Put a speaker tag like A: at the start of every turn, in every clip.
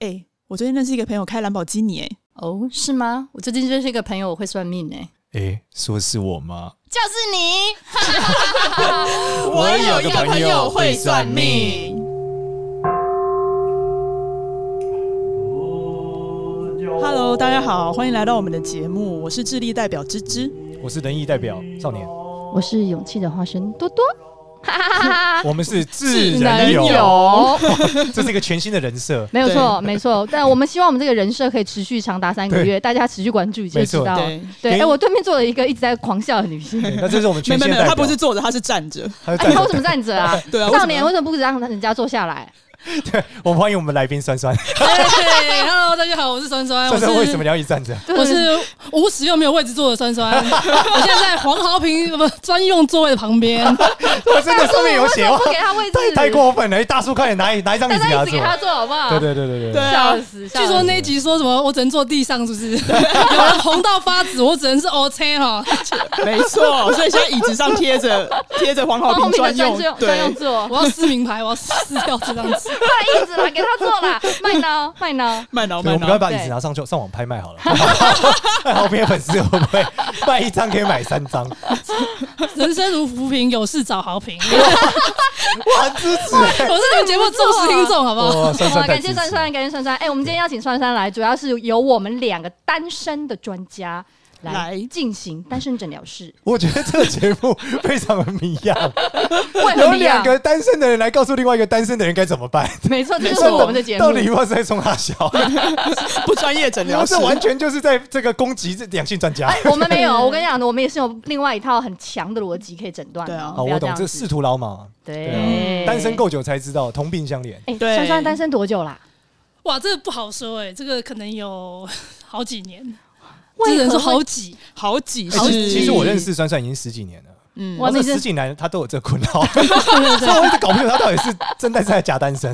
A: 哎、我最近认识一个朋友开兰博基尼、哎，
B: 哦，是吗？我最近认识一个朋友，我会算命哎、
C: 诶，说是我吗？
B: 就是你。
C: 我有个朋友会算命。
A: Hello，大家好，欢迎来到我们的节目，我是智力代表芝芝。
C: 我是仁义代表少年，
D: 我是勇气的化身多多，
C: 我们是智人
D: 有，
C: 友，这是一个全新的人设。
D: 没有错，没错。但我们希望我们这个人设可以持续长达三个月，大家持续关注就知道了
A: 没错。
D: 对，
C: 给
D: 哎，我对面坐了一个一直在狂笑的女性，
C: 对那这是我
A: 没
C: 们全
A: 没
C: 新的
A: 没
C: 代
A: 有，
C: 表。
A: 他不是坐着，他是站着。
C: 他是
D: 哎，
C: 代
D: 你
C: 表
D: 为什么站着啊？
A: 对啊，为什
D: 少
A: 么
D: 年为什么不让人家坐下来？
C: 我们欢迎我们来宾酸酸。
E: 对，Hello，大家好，我是酸哎酸，我
C: 酸
E: 是
C: 酸为什么你要一直站着？
E: 我是无使用没有位置坐的酸 酸，我现在在黄豪平不专用座位的旁边，
C: 我真的上面有写
D: 大
C: 哦
D: 叔为什么，不给 他位置，
C: 太太过分了！哎大叔，快点拿一拿一张椅
D: 大
C: 子给
D: 家
C: 他
D: 一直给
C: 坐。
D: 他坐好不好？
C: 对对对对
A: 对
C: 对，
A: 啊
D: 笑，死！
E: 据说那一集说什么我只能坐地上，是不是？ 有人红到发紫，我只能是 O C 哈，
A: 没错，所以现在椅子上贴 着贴着黄好
D: 后
A: 平专
D: 面的专
A: 用
D: 用，专用
A: 对，
D: 座，
E: 我要撕名牌，我要撕掉这张纸。
D: 快椅子啦，给他坐啦，麦挠麦挠。
A: 慢挠
C: 对，
A: 慢
C: 我们赶快
A: 挠，
C: 把椅子拿上去，上网拍卖好了。 后面粉丝会不会卖一张可以买三张？
E: 人生如浮萍，有事找 豪平。
C: 我很支持欸。
E: 我是你们节目的忠实听众，好不好？
C: 哇，酸
D: 好，
C: 酸太
D: 感谢
C: 支持
D: 酸
C: 了。
D: 酸，感谢酸酸。哎、我们今天邀请酸酸来，主要是由我们两个单身的专家来
A: 来
D: 进行单身诊疗室。
C: 我觉得这个节目非常的迷 样，
D: 为何
C: 有
D: 不一样
C: 两个单身的人来告诉另外一个单身的人该怎么办。
D: 没 错，这
A: 没
D: 就
A: 错
D: 是我们的节目。
C: 到底我是在冲他笑，
A: 不专业诊
C: 然后
A: 疗室
C: 这。完全就是在这个攻击这两性专家
D: 哎。我们没有，我跟你讲，我们也是有另外一套很强的逻辑可以诊断的。
A: 对啊
C: 好，
D: 不要
C: 哦
D: 这
C: 我懂，
D: 样
C: 这
D: 子哎
C: 仕途老马，
D: 对
C: 嗯单身。够久才知道同病相怜。
D: 哎、
A: 对
D: 酸酸单身多久啦？
E: 哇，这个不好说哎、这个可能有好几年，
D: 为
E: 只能
D: 何
E: 说
D: 会
E: 好几。
A: 好几
C: 哎其实
A: 是，
C: 其实我认，识酸酸已经十几年了，
A: 嗯，
D: 哇
C: 我
D: 那
C: 这
D: 你真
C: 十几年来他都有这个困 扰， 所以我一直搞不清楚他到底是真单身还是假单 身。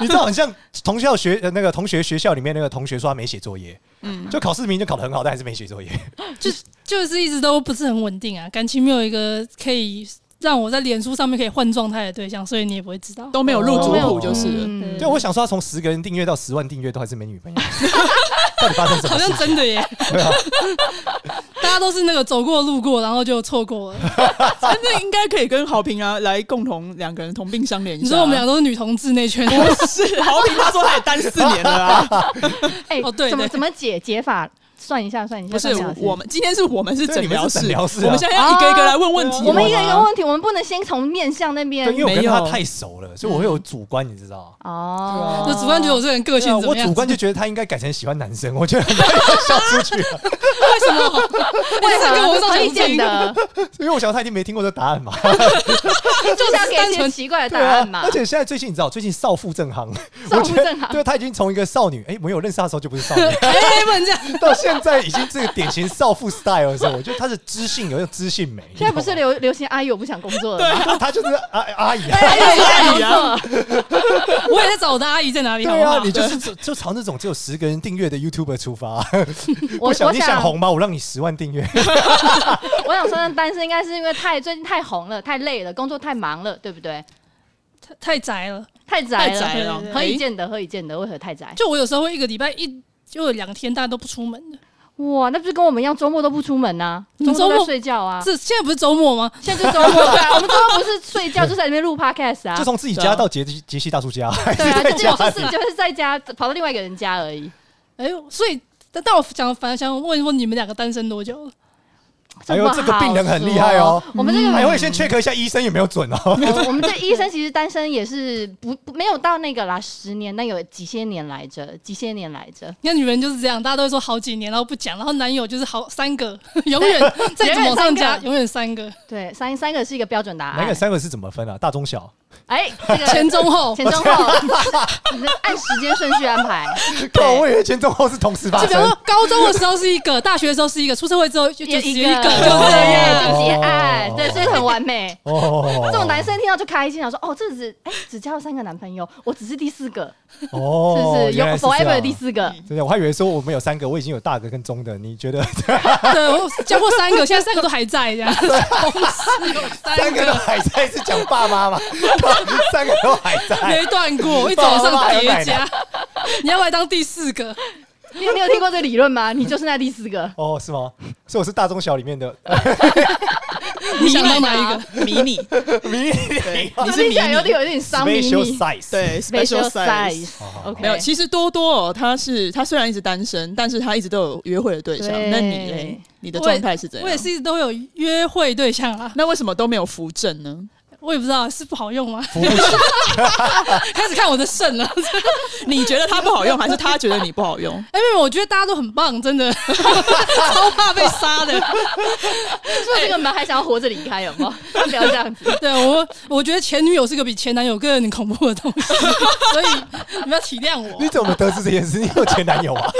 C: 你知道，很像同校学呃那个同学学校里面那个同学说他没写作业，
A: 嗯
C: 就考试明明就考得很好，但还是没写作业。
E: 就是一直都不是很稳定啊，感情没有一个可以让我在脸书上面可以换状态的对象，所以你也不会知道。
A: 都没有入主
C: 哦
A: 谱就是了。
D: 嗯
C: 对，我想说他从十个人订阅到十万订阅都还是没女朋 友，到底发生什
E: 好
C: 么
E: 像
C: 事？
E: 真的耶，
C: 啊
E: 大家都是那个走过路过，然后就错过了。
C: 啊
A: 哎那应该可以跟好评啊来共同两个人同病相怜一下。啊
E: 你说我们俩都是女同志那圈，
C: 啊
A: 不是好评，他说他也单四年了 啊，
D: 哎、
E: 哦对
D: 怎么
E: 对
D: 怎么解解法？算一下，算一下。
A: 不是
D: 算一下
A: 我。们今天是我们是
C: 对
A: 诊
C: 你们
A: 疗
C: 是
A: 室，
C: 诊疗室啊
A: 我们现在要一个一个来问问题，
D: 我们一个一
A: 好
D: 个
A: 吗
E: 啊
D: 问题，我们不能先从面向那边
C: 对，因为我跟
A: 没
C: 他
A: 有
C: 太熟了，所以我会
D: 嗯
C: 有主观，你知道。
D: 哦。
E: 就主观觉得我这个人个性
C: 对啊
E: 怎
C: 我
E: 么样？
C: 主观就觉得他应该改成喜欢男生，我觉得很快要笑 出去了，
E: 为什么？为
D: 为
E: 跟
D: 何不
E: 我
D: 啊
E: 上
D: 可以
E: 雄
D: 见
E: 听，
D: 得？
C: 因为我想他已经没听过这答案嘛。
D: 就是要给一
E: 单
D: 些
E: 纯
D: 奇怪的
C: 对
D: 答
C: 啊
D: 案嘛。
C: 而且现在最近你知道，最近少妇正夯，
D: 少
C: 我
D: 妇
C: 觉
D: 正
C: 得
D: 行
C: 对啊他已经从一个少女，哎，没有认识他的时候就不是少 女，
E: 哎，不能这样。
C: 到现在已经这个典型少妇 style 的时候，我觉得他是知性，有点知性美。
D: 现在不是
C: 你懂
D: 流流行阿姨我不想工作了吗，
C: 吗他他就是阿阿啊 姨啊。
D: 对
A: 阿 姨啊
D: 啊，
E: 我也在找我的阿姨在哪里，好
C: 对
E: 不
C: 啊，
E: 好
C: 你？就是就就朝那种只有十个人订阅的 YouTuber 出发。啊
D: 我
C: 我想
D: 我
C: 你想
D: 想
C: 红吗？我让你十万订阅。
D: 我想说，那单身应该是因为太最近太红了，太累了，工作太忙了，对不对？
E: 太太宅了，
D: 太宅
A: 太
D: 了，
A: 宅了，
D: 何以
A: 哎
D: 见得？何以见得？为何太宅？
E: 就我有时候会一个礼拜一就有两天大家都不出门的。
D: 哇，那不是跟我们一样，周末都不出门呐，
E: 你
D: 周末都
E: 周
D: 在
E: 末
D: 睡觉啊。
E: 这现在不是周末吗？
D: 现在就周 末，对啊，我们周末不是睡觉，就在里面录 podcast 啊
C: 就。从自己
A: 对啊
C: 家到杰西杰西大叔家，
D: 对 啊，
C: 在
D: 就
C: 家
D: 就
C: 里
D: 是就是在家跑到另外一个人家而已，
E: 哎呦，所以但但我想反而想问问你们两个单身多久了？
C: 哎呦
D: 不好
C: 这个病人很厉害哦
D: 说。我们这个
C: 还会先 check 一下医生有没有准 哦。
D: 我我们这医生其实单身也是不不没有到那个啦，十年那有几些年来着，几些年来着，
E: 你看女人就是这样，大家都会说好几年，然后不讲，然后男友就是好三个， 永远再怎么往上加，永远三个，
D: 对，三三个是一个标准答
C: 哪
D: 案
C: 个。三个是怎么分啊？大中小，
D: 哎，这 个
E: 前中后，
D: 前中后，你的 按时间顺序安 排。
C: 靠，
D: 对
C: 我以为前中后是同时发
E: 就比如
C: 生
E: 说。高中的时候是一个， 大学的时候是一个，出社会之后就就
D: 也
E: 只
D: 一
E: 一
D: 个
E: 个，就
C: 哦
E: 这样。
D: 对，就结案
C: 哦，
D: 对，所以很完美。
C: 哦
D: 这种男生听到就开心，想说：“哦，这只哎，只交了三个男朋友，我只是第四个，是不
C: 哦，
D: 是？有
C: 原来是这样
D: forever 的第四 个，
C: 真的，我还以为说我们有三个，我已经有大个跟中的，你觉得
E: 对，我交过 三个，现在三个都还在这样。同时有三
C: 三个都
E: 个，
C: 还在是讲爸妈吗？三个都还在。
E: 没断过，一直往上叠加。 你要不要当第四个？
D: 你有没有听过这个理论吗？你就是那第四个，
C: 哦，是吗？所以我是大中小里面的呃
E: 你想当哪一个？
A: 个？迷 你，
C: 迷
A: 对
C: 你，
A: 你是
D: 听
A: 迷
D: 起来有
A: 你，
D: 点有点伤迷
C: special
D: 你。
C: size。
A: 对
D: Special
A: ，special size。
D: size，
C: 哦好好好
D: OK
A: 没有，其实多多、哦、他是他虽然一直单身，但是他一直都有约会的对象。
D: 对
A: 那你嘞？你的
E: 我也
A: 状态是怎样？
E: 我也是一直都有约会对象啊，
A: 那为什么都没有扶正呢？
E: 我也不知道是不好用吗？ 开始看我的肾了。
A: 你觉得他不好用，还是他觉得你不好 用？
E: 哎，没有，我觉得大家都很棒，真的， 超怕被杀的。
D: 出了这个门还想要活着离开，有没有？ 那不要这样子，
E: 对我，我觉得前女友是个比前男友更恐怖的东西， 所以你们要体谅 我，
C: 你怎么得知这件事？你有前男友啊？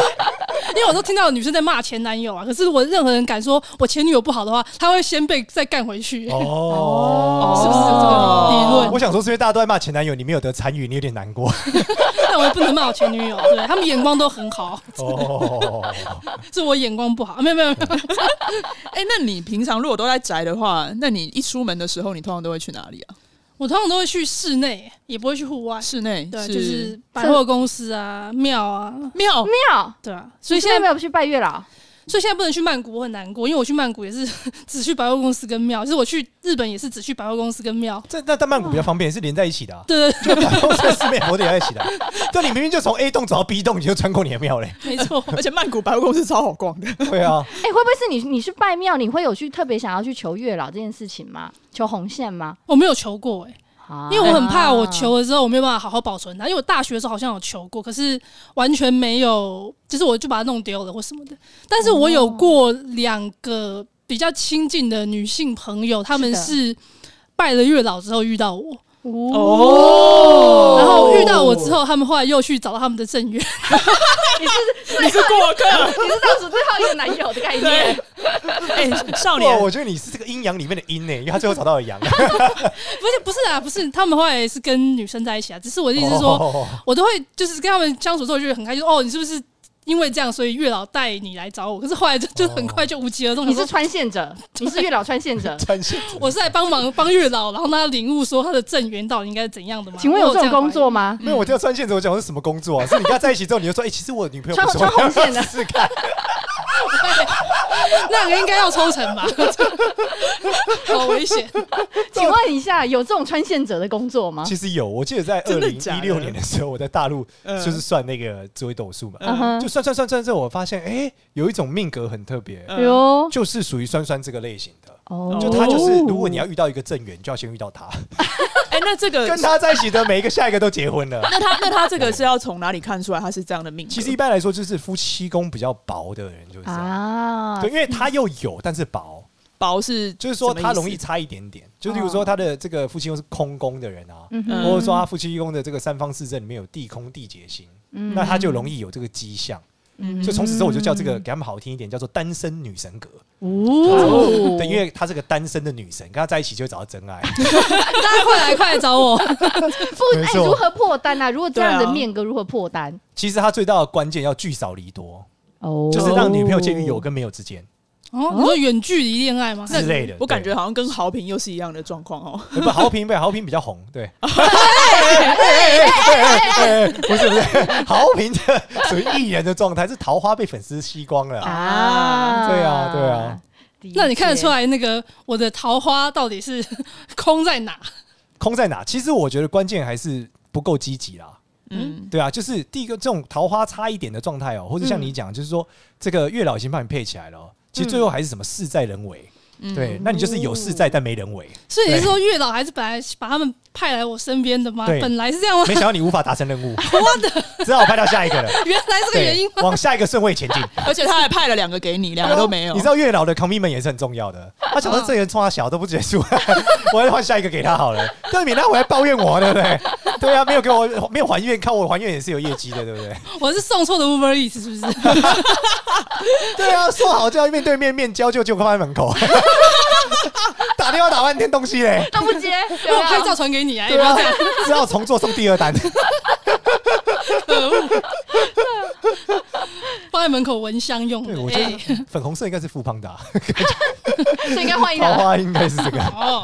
E: 因为我都听到女生在骂前男友啊。可是我任何人敢说我前女友不好的话，他会先被再干回去。
C: 哦，
E: 是不是有这个理 论？
C: 我想说，是因为大家都在骂前男友，你没有得参与，你有点难过。
E: 但我也不能骂我前女友，对他们眼光都很好，
C: 哦，
E: 是我眼光不好。啊没有没有没有，
A: 哎、那你平常如果都在宅的话，那你一出门的时候，你通常都会去哪里啊？
E: 我通常都会去室内，也不会去户外。
A: 室内，
E: 对，啊就是百货公司啊、庙啊，
A: 庙。
D: 妙。
E: 对啊。所以
D: 现
E: 现
D: 在
E: 在
D: 没有去拜月老，
E: 所以现在不能去曼谷，我很难过，因为我去曼谷也是 只去百货公司跟庙，就是我去日本也是只去百货公司跟庙。
C: 这那但曼谷比较方便，是连在一起的啊。
E: 对，
C: 就办公室四面佛都连在一起的 啊。对，你明明就从 A 栋走到 B 栋，你就穿过你的庙嘞。
E: 没错，
A: 而且曼谷百货公司超好逛的，
C: 对啊，
D: 哎、会不会是你？你去拜庙，你会有去特别想要去求月老这件事情吗？求红线吗？
E: 我没有求过哎、
D: 啊
E: 因为我很怕我求了之后我没有办法好好保存它，因为我大学的时候好像有求过，可是完全没有，就是我就把它弄丢了或什么的。但是我有过两个比较亲近的女性朋友，她们
D: 是
E: 是拜了月老之后遇到我，
C: 哦
D: 哦
A: 哦
E: 然后遇到我之后，他们后来又去找到他们的正缘。
A: 你是过 客，啊
D: 你是倒数最后一个男友的概念，
A: 哎、少
C: 哇，
A: 年，
C: 我觉得你是这个阴阳里面的阴欸呢，因为他最后找到了阳。
E: 不是不是啊，不是，他们后来也是跟女生在一起啊。只是我的意思是说，
C: 哦，
E: 我都会就是跟他们相处之后，就觉得很开心。哦，你是不是因为这样，所以月老带你来找我？可是后来就就很快就无疾而终。
D: 你是
E: 想说
D: 穿线者，你是月老穿线者。
C: 穿线
E: 我是来帮忙帮月老，然后让他领悟说他的正缘到底应该是怎样的吗？
D: 请问有这
E: 我
D: 种
E: 样怀疑
D: 工作？吗？
C: 没有，我叫穿线子，我讲的是什么工作啊？是你跟他在一起之后，你就说，哎，其实我女朋友不是
D: 穿穿红线的
C: 试试看。
E: 那个应该要抽成 吧？好危险！
D: 请问一下，有这种穿线者的工作吗？
C: 其实有，我记得在二
A: 真的
C: 零
A: 假
C: 一
A: 的
C: 六年的时候，我在大陆
A: 嗯
C: 就是算那个紫微斗数嘛，
A: 嗯
D: 哼
C: 呃就算算算算之后，我发现，哎，有一种命格很特别，
A: 嗯
D: 哎呦，
C: 就是属于酸酸这个类型的。
D: 哦
C: 呃就他就是，如果你要遇到一个正缘，就要先遇到 他，
A: 哎、那这个
C: 跟他在一起的每一个下一个都 结婚了。
A: 那他那他这个是要从哪里看出来他是这样的命格？
C: 其实一般来说，就是夫妻宫比较薄的人就是这样，
D: 啊
C: 对，，因为他又有，但是薄，
A: 薄是
C: 就是说
A: 什么意
C: 他
A: 思
C: 容易差一点点。就例如说他的这个夫妻宫是空宫的人
D: 哦
C: 啊，
D: 嗯
A: 嗯
C: 或者说他夫妻宫的这个三方四正里面有地空地劫星，
D: 嗯
C: 那他就容易有这个迹象。
A: 嗯
C: 所以从此之后，我就叫这个给他们好听一点，叫做单身女神格。
D: 嗯哦
C: 对，因为她是个单身的女神，跟她在一起就会找到真爱。
E: 大家快来快来找我！
D: 不
C: 没
D: 哎，
C: 错
D: 如何破单啊？如果这样
A: 对
D: 的
A: 啊
D: 面格如何破单？
C: 其实她最大的关键要聚少离多，
D: 哦
C: 就是让女朋友介于有跟没有之间
E: 哦，你说远距离恋爱吗？
C: 之类的。
A: 我感觉
C: 对
A: 好像跟豪平又是一样的状况哦。
C: 呃不好评，不好评比较红，对。哎哎哎哎不是不是，好评的属于艺人的状态，是桃花被粉丝吸光了啊。
D: 啊
C: 对啊对啊，
D: 理解
E: 那你看得出来那个我的桃花到底是 空在哪？
C: 空在哪？其实我觉得关键还是不够积极啦。
A: 嗯，
C: 对啊，就是第一个这种桃花差一点的状态哦，或者像
E: 嗯
C: 你讲，就是说这个月老已经帮你配起来了哦，其实最后还是什么事在人为。
A: 嗯
C: 对，那你就是有事在但没人为，
E: 所以你是说月老还是本来把他们派来我身边的吗？
C: 对
E: 本来是这 样吗？
C: 没想到你无法达成任务，只好派到下一个了。
E: 原来这个原因
C: 对，往下一个顺位 前进。
A: 而且他还派了两个给你，两个都没有
C: 你知。道月老的 commitment 也是很重要的。他
E: 嗯
C: 想到这个人冲他小都不结束， 我要换下一个给他好了，但免得他回来抱怨我，对不对？对啊，没有给我没有还愿，靠我还愿也是有业绩的，对不 对？
E: 我是送错的 Uber Eats 是不是？
C: 对啊，说好就要面对面面交，就就放在门口， 打电话打半天东西嘞，
D: 都不 接，有没
E: 我
D: 有
E: 拍照传给你啊！
C: 对啊，只好重做送第二 单。
E: 可恶，放在门口闻香用的
C: 对，。我觉
E: 哎、哎
C: 得粉红色应该是富邦达，啊
D: 所以应该换一
C: 桃
D: 个。
C: 花应该是这个。
E: 哦，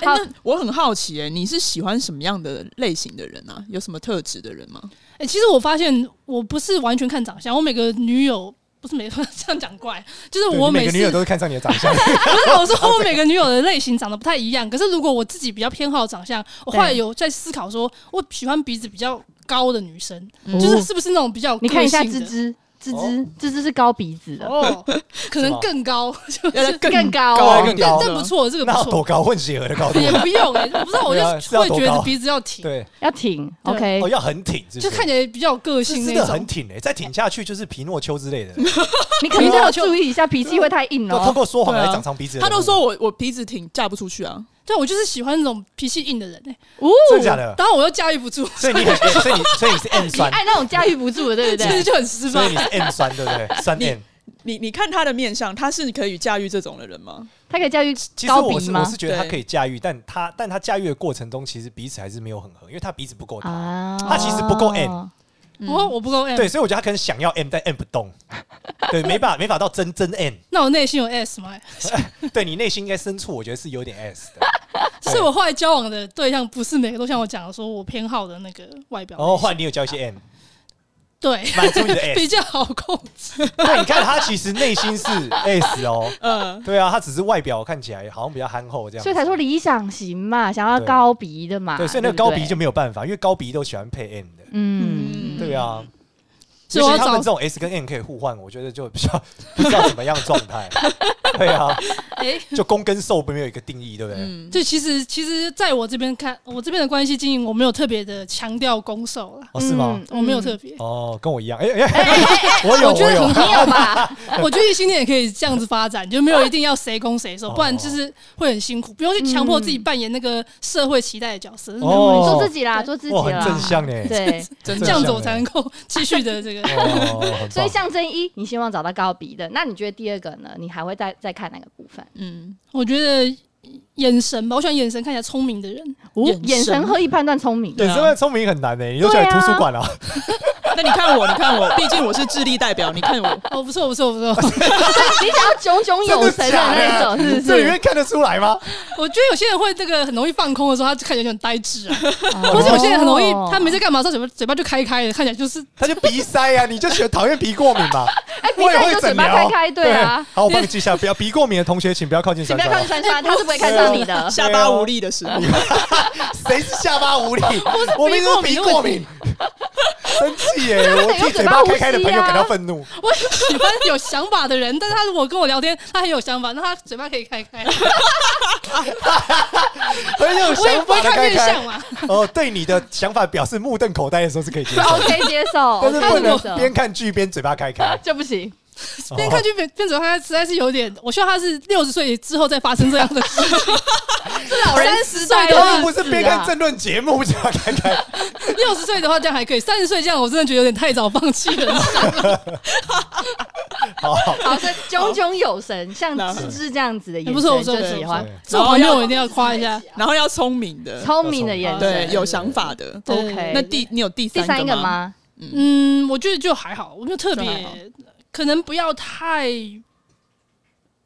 A: 哎那我很好奇、哎，你是喜欢什么样的类型的人啊？有什么特质的人吗？
E: 哎、其实我发现我不是完全看长相，我每个女友不是每个这样讲怪， 就是
C: 对
E: 我
C: 你每个
E: 次哦
C: 女友都是看上你的长 相，
E: 不是我说我每个女友的类型长得不太一样，可是如果我自己比较偏好长相，我后来有在思考说，我喜欢鼻子比较高的女生，
A: 嗯
E: 就是是不是那种比较有
D: 哦你看一下
E: 个性
D: 芝
E: 的
D: 芝，芝芝
C: 哦，
D: 芝芝是高鼻子的，
E: 哦，可
C: 是
E: 能
C: 吗
E: 更高，
A: 要再
D: 更高
A: 高
C: 更 高
E: 但不错，这个
C: 那
E: 不
C: 要多
E: 错，
C: 高混血儿的高度？
E: 也不用、欸，不是我
C: 对啊是
E: 就
C: 要
E: 会
C: 多
E: 觉
C: 高
E: 得鼻子要挺，
C: 对，
D: 要挺
E: 对
D: ，OK，
C: 哦，要很挺，是不是
E: 就看起来比较有个
C: 这
E: 性
C: 真
E: 那
C: 的很
E: 种。
C: 挺诶，再挺下去就是皮诺丘之类的，
D: 你可能就要注意一下，脾气会太硬
C: 要通
D: 哦。
C: 过说谎来
A: 对啊
C: 长长鼻子。
A: 他都说，我我鼻子挺嫁不出去啊，
E: 对，我就是喜欢那种脾气硬的人、欸，
D: 哦，
C: 真的假的？
E: 当然我又驾驭不住，
C: 所以你很，所以你，所以你是 M
D: 你
C: 酸，
D: 爱那种驾驭不住的，对不
E: 其实
D: 对？
E: 就很失
C: 所以
E: 败
C: 你。是 M 酸，对不对？酸 M。
A: 你你看他的面相，他是可以驾驭这种的人吗？
D: 他可以驾驭
C: 其实
D: 高
C: 我
D: 鼻
C: 是我
D: 吗
C: 是？觉得他
A: 对
C: 可以驾驭，但他但他驾驭的过程中，其实彼此还是没有很合，因为他鼻子不够大。
D: 啊
C: 他其实不够 M
E: 我我不够 M，
C: 嗯对，所以我觉得他可能想要 M，但 M 不动， 对，没办法没法到真真 M。
E: 那我内心有 S 吗？
C: 哎对你内心应该深处，我觉得是有点 S 的。
E: 就是我后来交往的对象，不是每个都像我讲的说我偏好的那个外表类型。
C: 然后哦换你有教一些 M，
E: 对，
C: 满足你的
E: 比
C: S。
E: 较好控制。
C: 对，哎你看他其实内心是 S 哦。
A: 嗯，
C: 对啊，他只是外表看起来好像比较憨厚这样子，
D: 所以才说理想型嘛，想要
C: 对
D: 高鼻的嘛。
C: 对，所以那个
D: 不
C: 高鼻就没有办法，因为高鼻都喜欢配 M 的，
D: 嗯，
C: 对啊。
E: 所以我
C: 尤
E: 要
C: 其他们这
E: 找
C: 种 S 跟 M 可以互换，我觉得就比较不知道什么样的状态。对啊，
E: 哎，
C: 就公跟受没有一个定义，对
D: 哎
C: 不对？
A: 嗯，
E: 就其实其实在我这边看，我这边的关系经营，我没有特别的强调攻守啦，
C: 哦，是
D: 嗯
C: 吗？
E: 我没有特别。
C: 哦，跟我一样，哎哎哎，我有，
E: 我觉得
C: 有
E: 很，
D: 你有吧？
E: 我觉得异性恋也可以这样子发展，就没有一定要谁攻谁受，
C: 哦
E: 不然就是会很辛苦，不用去强迫自己扮演那个社会期待的角色。
C: 哦
D: 做自己啦，做自己
C: 哇，很
D: 啦。
C: 正向欸 呢。
D: 对，
A: 真的
E: 这样子我才能够继续的这个。
C: 哦，很
D: 所以
C: 棒
D: 象征一，你希望找到高鼻的，那你觉得第二个呢？你还会再再看哪个部分？
A: 嗯，
E: 我觉得眼神吧，我喜欢眼神看起来聪明的人。
D: 哦
A: 眼神
D: 眼神可以判断聪 明。
C: 对，
A: 啊
C: 这个聪明很难呢，你都想
D: 对啊
C: 图书馆啊？
A: 那你看我，你看 我，毕竟我是智力代表，你看我，
E: 哦，不错不错不错，
D: 你想要炯炯有神的那种，是不
C: 这里
D: 是？
C: 面看得出来吗？
E: 我觉得有些人会这个很容易放空的时候，他就看起来有点呆滞啊，
D: 哦
E: 或者有些人很容易他
C: 哦
E: 没在干嘛的时候，嘴巴嘴巴就开开的，看起来就是
C: 他就鼻塞啊，你就喜欢讨厌鼻过敏嘛？
D: 哎，鼻
C: 我也
D: 塞
C: 会
D: 就嘴
C: 诊
D: 巴
C: 疗
D: 开，开，对啊，，
C: 好，我帮你记一下，不要鼻过敏的同学，请不要靠近
D: 请
C: 酸
D: 不要靠近
C: 酸。
D: 酸 酸，他是不会看上你的。
A: 下巴无力的时
D: 哎
A: 候，
C: 谁是下巴无力？我明明是鼻过敏，生气耶！我替嘴巴开开的朋友感到愤怒。
E: 我喜欢有想法的人，但是他如果跟我聊天，他很有想法，那他嘴巴可以开开，
C: 很有
E: 我也
C: 想
E: 不
C: 法
E: 会
C: 的
E: 看
C: 开
E: 面相
C: 开
E: 嘛。
C: 哦，对你的想法表示目瞪口呆的时候是可以接受，
D: OK 接受
C: 但是
D: ，OK
C: 不
D: 接
C: 能
D: 受，
C: 边看剧边嘴巴开开。
D: 这不行。
E: 边看剧边边走，他实在是有点，我希望他是六十岁之后再发生这样的事情。
D: 老人
E: 三十岁
D: 时代啊
E: 的
C: 他们
E: 话
D: 了，
C: 不是边看政论节目嘴巴开开，
E: 六十岁的话这样还可以，三十岁这样我真的觉得有点太早放弃人生。
C: 好，
D: 好，所以炯炯有神，像
A: 那
D: 芝芝这样子的眼
E: 哎不错不
D: 神
E: 错
D: 就
E: 不错
D: 喜
E: 不
D: 欢
C: 对
E: 做朋友我一定要夸一下，
A: 然后要聪明的，
D: 聪明的眼神。
A: 对，有想法的。
E: 对
D: OK
A: 那第你有第
D: 第
A: 三
D: 三个
A: 个？
D: 吗？
E: 嗯，我觉得就还好，我就特
A: 就还好
E: 别可能不要太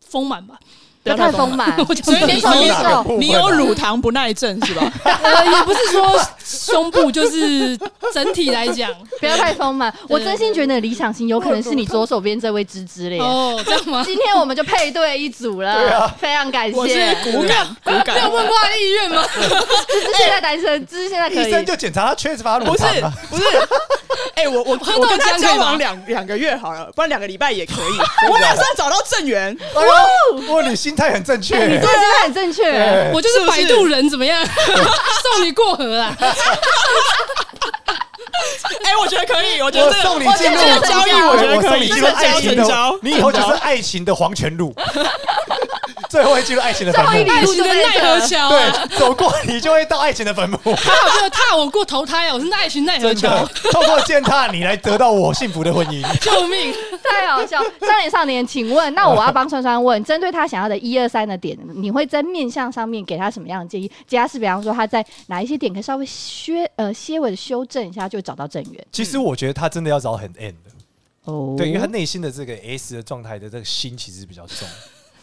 E: 丰满吧，
A: 不要
D: 太
A: 太
D: 丰满，
E: 我讲
A: 所以
E: 真的
A: 你
D: 接受接受
A: 有你有乳糖不耐症是吧？
E: 呃，也不是说胸部，就是整体来 讲，
D: 不要太丰满。我真心觉得理想型有可能是你左手边这位芝芝嘞。
E: 哦，这样吗？
D: 今天我们就配对一组了，非常感
A: 我是
D: 谢。
A: 骨 感，骨
E: 没有
A: 感。
E: 问过他意愿吗？
D: 芝芝现在单身，芝芝现在可
C: 医生
D: 以。
C: 就检查他缺乏乳
A: 不是
C: 糖啊。
A: 不是，哎、我我
E: 喝豆
A: 我跟
E: 浆可
A: 他
E: 以
A: 交
E: 吗
A: 往两两个月好了，不然两个礼拜也可以。我马上找到正缘，
C: 哎呦，不过你心态很正确
D: 哎
C: 哎
D: 你这。个真的很正确，
C: 对
E: 我就是摆渡人，怎么样？ 送你过河啊！
A: 哎、我觉得可以，我觉得
C: 我
A: 这个
C: 送你进入
A: 这个交易，我觉得
C: 我
A: 可
C: 送哦你
A: 以，
C: 进
A: 这个
C: 入爱
A: 交
C: 情
A: 成交
C: 的，，你以后就是爱情的黄泉路， 最后会进入爱情的坟
D: 最后一
C: 墓
D: 里。
E: 爱
D: 路
E: 情
D: 就
E: 的
D: 在
E: 奈何
D: 这。
E: 桥啊！
C: 对，走过你就会到爱情的坟墓，
E: 他好像有踏我过投胎啊！我是爱情奈何
C: 真
E: 桥
C: 的，。透过践踏你来得到我幸福的婚姻。
E: 救命！
D: 太好笑。少年少年，请问，那我要帮川川 问，针对他想要的一二三的点，你会在面相上面给他什么样的建议？加是比方说他在哪一些点可以稍微削呃些微的修正一下，就找到正缘。
C: 其实我觉得他真的要找很 N 的，
D: 哦
C: 对，因为他内心的这个 S 的状态的这个心其实比较重。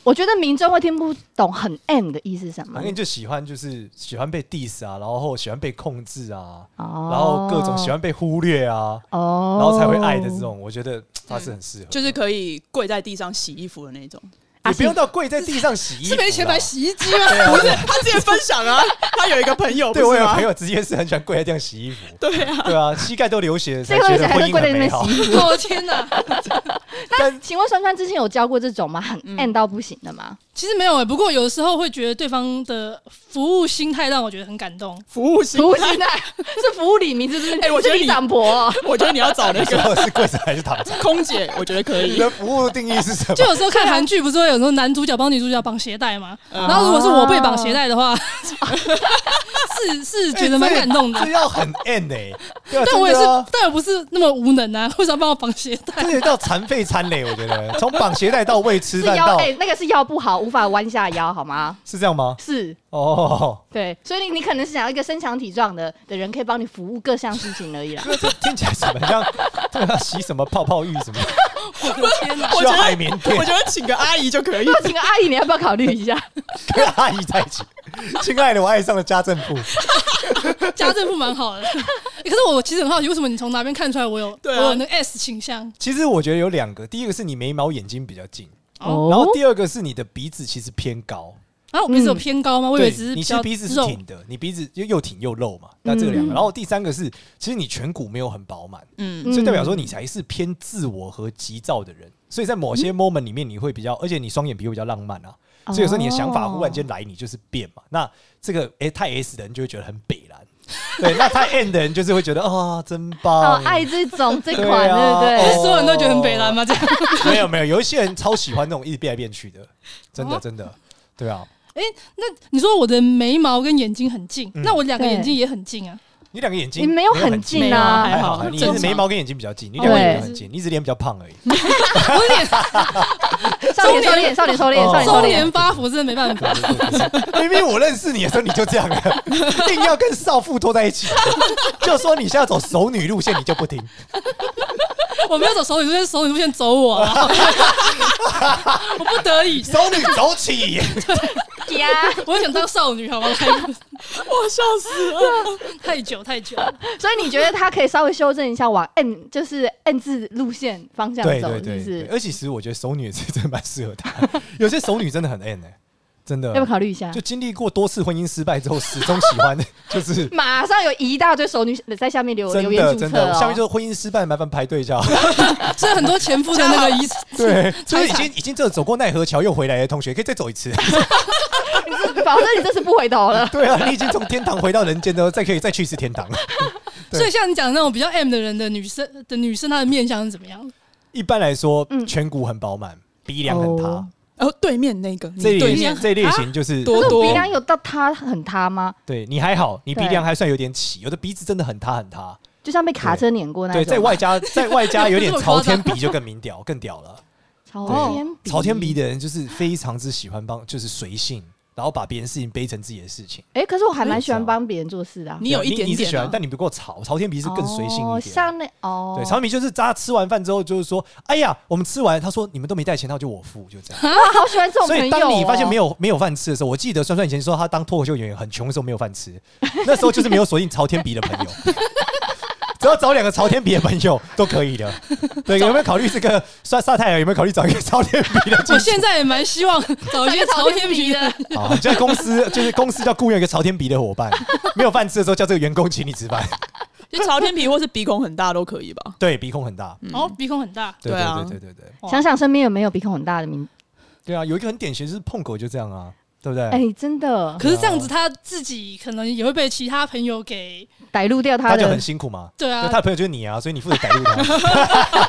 D: 我觉得民众会听不懂很 M 的意思是什么
C: 反。正就喜欢就是喜欢被 diss 啊，然后喜欢被控制啊，
D: 哦
C: 然后各种喜欢被忽略啊，
D: 哦，
C: 然后才会爱的这种，我觉得他是很适合的，
A: 嗯就是可以跪在地上洗衣服的那种。
D: 啊
C: 也不用到跪在地上洗衣服，
E: 是没钱买。洗衣机吗？
A: 不是，他之前分享啊，他有一个朋友，
C: 对，
A: 不
C: 我
A: 是
C: 有
A: 吗
C: 朋，友直接是很喜欢跪在地上洗衣服，
A: 对啊，
C: 对啊，膝盖都流血了，才
D: 最后
C: 觉
D: 一
C: 得
D: 次还
C: 婚
D: 是
C: 姻
D: 跪在那
C: 很美
D: 边
C: 好。
D: 洗。
E: 我天哪！
C: 但
D: 请问酸酸之前有教过这种吗？很 M 到不行的吗？
E: 其实没有哎、不过有时候会觉得对方的服务心态让我觉得很感动。
A: 服务型
D: 服。务心态啊 是服务里民，是不是？
A: 哎我觉得
D: 是
A: 你
D: 你长婆哦
A: 我觉得你要找那
C: 最
A: 个
C: 后是跪着还是躺 着？
A: 空姐，我觉得可
C: 你
A: 以。
C: 的服务定义是什么
E: 就？有时候看韩剧，不是会有时候男主角帮女主角绑鞋带吗？
A: 嗯
E: 然后如果是我被绑鞋带的话， 是是觉得蛮感动的
C: 这。要很 N 哎、 对啊，
E: 但我也是
C: 真的啊，
E: 但我不是那么无能啊，为什么帮我绑鞋带？
C: 这也叫残废残累，我觉得从绑鞋带到喂吃
D: 是
C: 饭
D: 腰
C: 到
D: 哎，那个是腰不好，无法弯下腰，好吗？
C: 是这样吗？
D: 是
C: 哦，
D: 对，所以你你可能是想要一个身强体壮的的人，可以帮你服务各项事情而已啦。
C: 这这听起来怎么 像？对啊，洗什么泡泡浴什么？
E: 我的天哪！
A: 我
C: 需要
A: 觉
C: 海
A: 得
C: 绵
A: 我
C: 垫
A: 觉得请个阿姨就可以。
D: 那请个阿姨，你要不要考虑一下？
C: 跟阿姨在一起。亲爱的，我爱上了家政妇。
E: 家政妇蛮好的、可是我其实很好奇，为什么你从哪边看出来我有、
A: 对啊
E: 我有那个 S 倾向？
C: 其实我觉得有两个，第一个是你眉毛眼睛比较近，
E: 哦
C: 然后第二个是你的鼻子其实偏高。
E: 然啊后我鼻子有偏高吗？我以
C: 对，
E: 为只是
C: 你其
E: 比
C: 实
E: 较
C: 鼻子是
E: 肉。嗯
C: 挺的，你鼻子又又挺又肉嘛。那这两个，然后第三个是，其实你颧骨没有很饱满。
A: 嗯，
D: 嗯
C: 所以代表说你才是偏自我和急躁的人。所以在某些
D: 嗯
C: moment 里面，你会比较，而且你双眼皮又比较浪漫啊，所以有时候你的想法忽然
D: 哦
C: 间来，你就是变嘛。那这个哎、太 S 的人就会觉得很北蓝，对，那太 N 的人就是会觉得啊、真
D: 哦
C: 棒，，
D: 爱这种这
C: 对
D: 款，对
C: 啊
D: 不对？
E: 所有人都觉得很北蓝？吗？这样？
C: 哦没有没有，有一些人超喜欢那种一直变来变去的，真的
E: 哦
C: 真的，对啊，
E: 你说我的眉毛跟眼睛很近，
C: 嗯
E: 那我两个
D: 对
E: 眼睛也很近啊。
C: 你两个眼睛
D: 你没有很
C: 很
D: 近啊
C: 还
A: 还
C: 好，
A: 好
C: 你
E: 正
C: 是
E: 常
C: 眉毛跟眼睛比较近，你两个眼睛
D: 对
C: 很近，你只脸比较胖而已。
D: 少年收敛，少年收
C: 哦
D: 敛，少年收
E: 中
D: 敛。
E: 年发福真的没办法，
C: 明明我认识你的时候你就这 样了，硬要跟少妇拖在一起，就说你现在走熟女路线，你就不听。
E: 我没有走熟女路线，熟女路线走我啊， 我不得已，
C: 熟女走起，
D: 呀，
E: 我想当少女，好吗？太
A: 我笑死了。
E: 太久太久了，
D: 所以你觉得他可以稍微修正一下，往 M 就是 M 字路线方向
C: 对
D: 走，
C: 对
D: 是不
C: 对对，
D: 是？
C: 而且其实我觉得熟女也是真的蛮适合她，有些熟女真的很 N 哎、真
D: 要不要
C: 的。
D: 考虑一下
C: 就？经历过多次婚姻失败之后，始终喜欢 就是
D: 马上有一大堆熟女呃在下面留留
C: 真
D: 言
C: 的
D: 注
C: 真
D: 册
C: 的，下面
D: 哦。
C: 就是婚姻失败，麻烦排队 一下。
E: 所以很多前夫的那个遗
C: 对，就是已
E: 财产
C: 经已经这走过奈何桥又回来的同学，可以再走一次。
D: 保证你这次不回头 了。
C: 对啊，你已经从天堂回到人间之后，再可以再去一次天堂。对
E: 所以像你讲的那种比较 M 的人的女生的女生，她的面相是怎么样？
C: 一般来说，
D: 嗯
C: 颧骨很饱满，鼻梁很塌。
D: 哦
A: 然后对面那个，你
C: 这一
A: 对
C: 类
A: 面
C: 型这一类型就是
A: 多
D: 可是我
A: 多
D: 鼻梁有到塌很塌吗？
C: 对你还好，你鼻
D: 对
C: 梁还算有点起，有的鼻子真的很塌很塌。
D: 就像被卡车碾过那
C: 对，
D: 种。
C: 在外加 在外加有点
E: 这么
C: 朝
E: 夸张
C: 天鼻就更明屌 更屌了。
D: 哦朝
C: 对
D: 天鼻，
C: 朝天鼻。的人就是非常之喜欢帮，就是随性，然后把别人事情背成自己的事情。
D: 哎，可是我还蛮喜欢帮别人做事的啊。
A: 你有一
C: 对
A: 点
C: 你是喜
A: 点
C: 欢
A: 啊，，
C: 但你不够潮。朝天鼻是更随性
D: 哦
C: 一点。
D: 像那哦，
C: 对，朝天鼻就是大家吃完饭之后就是说，哎呀，我们吃完，他说你们都没带钱，那就我付，就这样。
D: 啊， 好喜欢这种
C: 所
D: 朋友
C: 以
D: 哦。
C: 当你发现没有没有饭吃的时候，我记得酸酸以前说他当脱口秀演员很穷的时候没有饭吃，那时候就是没有锁定朝天鼻的朋友。 只要找两个朝天鼻的朋友都可以的，对，有没有考虑这个刷沙太阳？有没有考虑找一个朝天鼻的进
E: 我
C: 去？
E: 现在也蛮希望找一些朝天皮的，
C: 啊，你在公司就是公司叫雇佣一个朝天鼻的伙伴，没有饭吃的时候叫这个员工请你吃饭。
A: 就朝天皮或是鼻孔很大都可以 吧？
C: 对，鼻孔很大，
E: 哦，鼻孔很大，
C: 对
A: 对啊
C: 对对对对对，
E: 哇
D: 想想身边有没有鼻孔很大的名？
C: 对啊，有一个很典型就是碰狗就这样啊，对不对？
D: 哎，真的
E: 可是这样子，他自己可能也会被其他朋友给
D: 逮录掉他
C: 他就
D: 的
C: 很。辛苦嘛，
E: 对啊
C: 对，他的朋友就是你啊，所以你负责逮路他。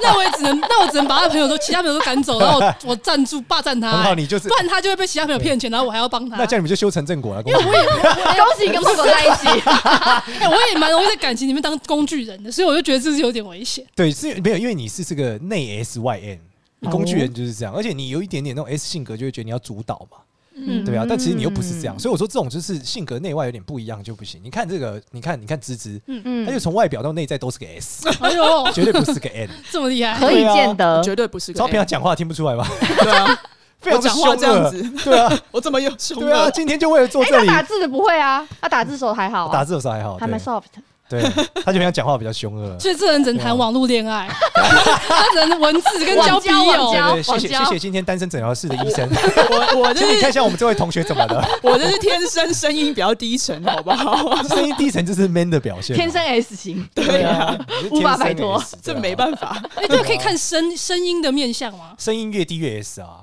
E: 那我也只能， 那我只能把他朋友都其他朋友 都赶走，然后我我站住霸占他、哎
C: 很好，你就是
E: 不然他就会被其他朋友骗钱，然后我还要帮他。
C: 那这样你们就修成正果了。因为我
D: 恭喜你跟碰狗在一起，
E: 哎、我也蛮容易在感情里面当工具人的，所以我就觉得这是有点危 险。
C: 对，是没有，因为你是这个内 S 外 N，你工具人就是这样，而且你有一点点那种 S 性格，就会觉得你要主导嘛，
E: 嗯
C: 对啊。但其实你又不是这样，所以我说这种就是性格内外有点不一样就不行。你看这个，你看，你看芝芝，
D: 嗯
C: 她就从外表到内在都是个 S，
E: 哎呦，
C: 绝对不是个啊 N。
E: 这么厉害！
D: 可以见得。
A: 呃
D: 哎
A: 绝对不是个
C: 照
A: A。
C: 片她讲话听不出来吧？
A: 对啊，
C: 非
A: 我
C: 常的
A: 讲话
C: 凶
A: 这样
C: 恶，
A: 子，
C: 对啊，
A: 我怎么有凶
C: 对啊，
A: 恶？
C: 今天就为了坐
D: 哎、
C: 这里哦
D: 他打字的不会啊，他打字手还好
C: 打
D: 啊，
C: 字的时候还好，
D: 还蛮
C: 对
D: soft。
C: 对，他就平常讲话比较凶啊 恶。
E: 所以这人只能谈网络恋 爱，他只能文字跟
D: 网
E: 交笔
D: 交网
E: 友
D: 交。
C: 对对，谢
D: 网
C: 谢
D: 交
C: 谢谢今天单身诊疗室的医生，
A: 我我就
C: 请你看
A: 是
C: 一下我们这位同学怎么了，
A: 我就是天生声音比较低沉，好不 好？
C: 声音低沉就是 man 的表现啊，
D: 天生 S 型，
A: 对啊，
C: 你是
D: 无法
C: 天生
D: 摆脱
C: S，对
A: 这
C: 啊
A: 没办法。
E: 哎，这可以看 声声音的面相吗？
C: 声音越低越 S 啊。对啊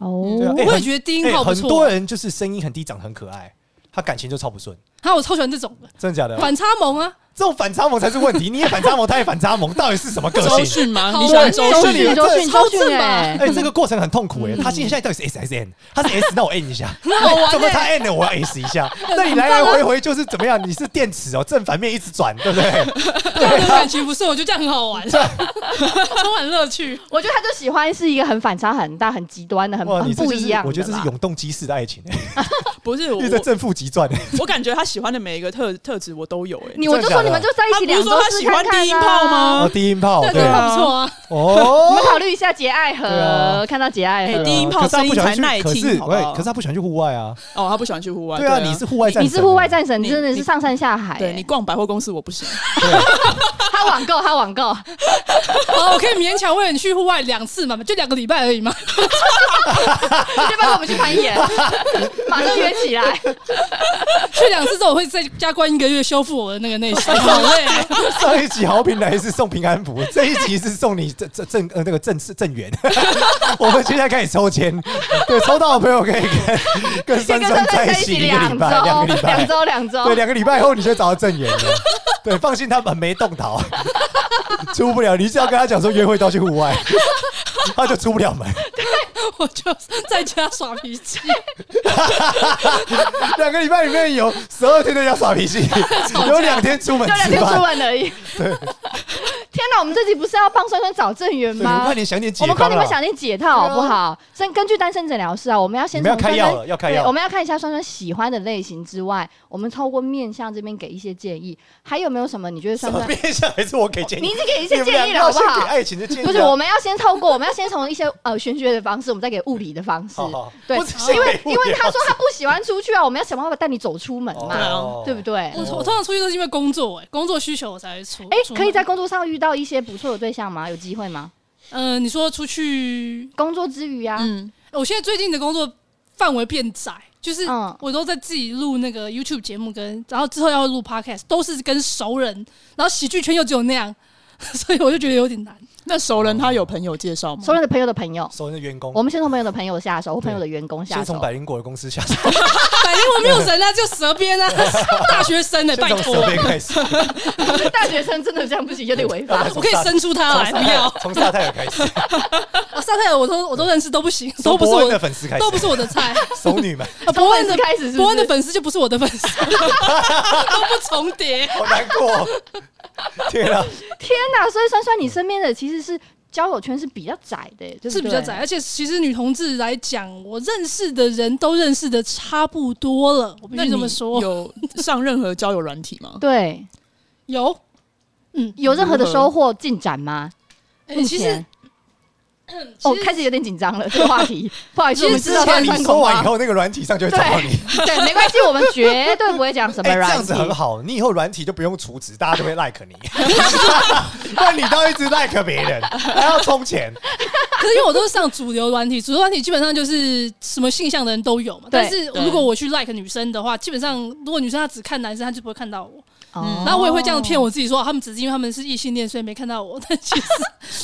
D: 哦
C: 哎
E: 我也
C: 很
E: 觉得低音
C: 哎
E: 好不
C: 很
E: 错
C: 多
E: 啊，
C: 人就是声音很低，长得很可爱，他感情就超不顺，
E: 啊，我超喜欢这种的
C: 真的假的？
E: 反差萌啊，
C: 这种反差萌才是问题，你也反差萌，他也反差萌，到底是什么个
A: 周
C: 性？
A: 迅吗？
E: 好
A: 啊你喜欢
E: 玩
A: 周
C: 哎
A: 迅？
C: 这里
D: 周迅，
E: 超
D: 周迅
E: 正吧
D: 哎，
C: 哎、这个过程很痛苦哎、他现在到底是 S 还是 N？他是 S，那我 N 一下。
E: 很好
C: 怎
E: 玩
C: 么他
E: 欸
C: N 了，我要 S 一下？那你来来回回就是怎么样？你是电池哦，正反面一直转，对不对？
E: 对我的感情不顺，我就这样很好 玩，充满乐趣。
D: 我觉得他就喜欢是一个很反差很大、很极端的、很
C: 哇，
D: 很
C: 你这
D: 不
C: 就是
D: 一样的啦。
C: 我觉得这是永动机式的爱情、欸，
A: 不是我
C: 一直在，正负极转、欸。
A: 我感觉他喜欢的每一个特特质我都有哎。
D: 你我就说你们就在一
A: 他
D: 起
A: 不
D: 两
A: 是
D: 周
A: 说他
D: 试
A: 喜
D: 看
A: 欢
D: 看
A: 低音
D: 啊
A: 炮？吗
C: 哦，？低音炮，
E: 对，
C: 对
E: 这
A: 啊
E: 个不错啊，
D: 我
C: 哦
D: 们。考虑一下节爱河，
C: 对啊
D: 看到节爱河，
A: 哎低音炮
C: 可是他不喜欢去
A: 声音才耐，
C: 可
A: 听
C: 是
A: 好不好
C: 喂可是他不喜欢去户外啊。
A: 哦，他不喜欢去户外。
C: 对啊，你是户外战，啊
D: 你是户外，战神，
A: 你
D: 真的是上山下海、
A: 对你逛百货公司我不行，
D: 他网购，他网 购，
E: 好，我可以勉强为你去户外两次嘛，就两个礼拜而已嘛。
D: 要不然我们去攀岩， 马上约起来。
E: 去两次之后，我会在家关一个月，修复我的那个 内心，好累啊。
C: 上一 集哎好评来是送平安符，这一集是送你正正正呃那个正是正缘。 我们现在开始抽签，对，抽到的朋友可以跟
D: 跟
C: 跟珊
D: 珊珊
C: 珊在
D: 在
C: 一
D: 一
C: 起
D: 起
C: 一个
D: 两
C: 礼
D: 周
C: 拜，两个礼，拜
D: 两，周，两周
C: 对，。两个礼拜后你就找到正缘了。对，放心，他们没动逃， 出不了。你只要跟他讲说约会都要去户外， 他就出不了门。
E: 我就在家耍脾 气，
C: 两个礼拜里面有十二天都要耍 脾气，有两天出门
D: 就两
C: 吃
D: 天出
C: 饭。
D: 门而已。天哪，我们这集不是要帮珊珊找正缘
C: 对，我们
D: 吗
C: 快？点想点解
D: 我们帮
C: 放
D: 你们想点解套好不好？先根据单身诊疗室啊，我们要先
C: 你们要
D: 从
C: 开
D: 珊
C: 药
D: 珊
C: 了，要开
D: 对，
C: 药
D: 我。们要看一下双双喜欢的类型之外，我们透过面相这边给一些建议，还有没有什么你觉得双
C: 什么
D: 双？
C: 变相还是我给建议？
D: 你已经给一
C: 哎你
D: 些
C: 们
D: 建议了，
C: 两
D: 好
C: 个
D: 不
C: 先给
D: 好？
C: 爱情的建议啊，
D: 不是，我们要先透过，我们要先从一些呃玄学的方式，我们再给物理的方式
C: 好好。
D: 对
C: 不是先，
D: 因为
C: 给物理
D: 因为他说他不喜欢出去啊，我们要想办法带你走出门
A: 对
D: 嘛，
A: 啊
C: 哦
D: 对不？对？
E: 我我通常出去都是因为工作、哎，工作需求我才会出。
D: 哎
E: 出，门
D: 可以在工作上遇到一些不错的对象吗？有机会吗？
E: 呃，你说出去，欸
D: 工作之余啊，
A: 嗯，
E: 我现在最近的工作范围变窄，就是
D: 嗯
E: 我都在自己录那个 YouTube 节目跟，然后之后要录 Podcast，都是跟熟人，然后喜剧圈又只有那样， 所以我就觉得有点难。
A: 那熟人他有朋友介绍吗？
D: 熟人的朋友的朋友，
C: 首先是员工
D: 我，们先从朋友的朋友下手，或朋友的员工下
C: 先
D: 手
C: 从。百灵果的公司下手，
E: 百灵我没有人啊，就蛇鞭啊，大学生哎、
C: 先
E: 拜
C: 从
E: 托，
C: 设备开始，
D: 大学生真的这样不行，有点违法。
E: 我可以生出他来，
C: 从
E: 不要。
C: 从沙泰尔开始，
E: 啊沙泰尔我都我都认识，都不行， 都
C: 从
E: 不是
C: 伯恩
E: 我
C: 的粉丝开始，
E: 都不是我的菜。
C: 熟女们，
E: 啊，伯恩的
D: 从粉丝开始是不是
E: 伯恩的粉丝就不是我的粉丝，都不重叠。
C: 好难过。天啊，
D: 天哪！所以酸酸，你身边的其实是交友圈是比较窄的，对不对
E: 是比较窄，。而且其实女同志来讲，我认识的人都认识的差不多了，我必
A: 那
E: 须
A: 你
E: 这么说。
A: 有上任何交友软体吗？
D: 对，
E: 有，嗯，
D: 有任何的
A: 如何
D: 收获进展吗？
E: 哎
D: 目
E: 其 实
D: 前哦，
E: 其实
D: 开始有点紧张了， 这个话题，不好意思，我们知道
C: 现在
D: 酸
C: 你
D: 酸
C: 说
D: 恐
C: 完以
D: 慌。
C: 后，那个软体上就会找到你，
D: 啊对，没关系，我们绝对不会讲什么
C: 哎，这
D: 软
C: 样
D: 体
C: 子。很好，你以后软体就不用储值，大家就会 like 你， 不然你都一直 like 别人，还要充钱。
E: 可是因为我都是上主流软体，主流软体基本上就是什么性向的人都有嘛。
D: 对
E: 但是
A: 对
E: 如果我去 like 女生的话，基本上如果女生她只看男生，她就不会看到我。
D: 哦
A: 嗯
E: 然后我也会这样骗我自己说，他们只是因为他们是异性恋，所以没看到我。 但其实，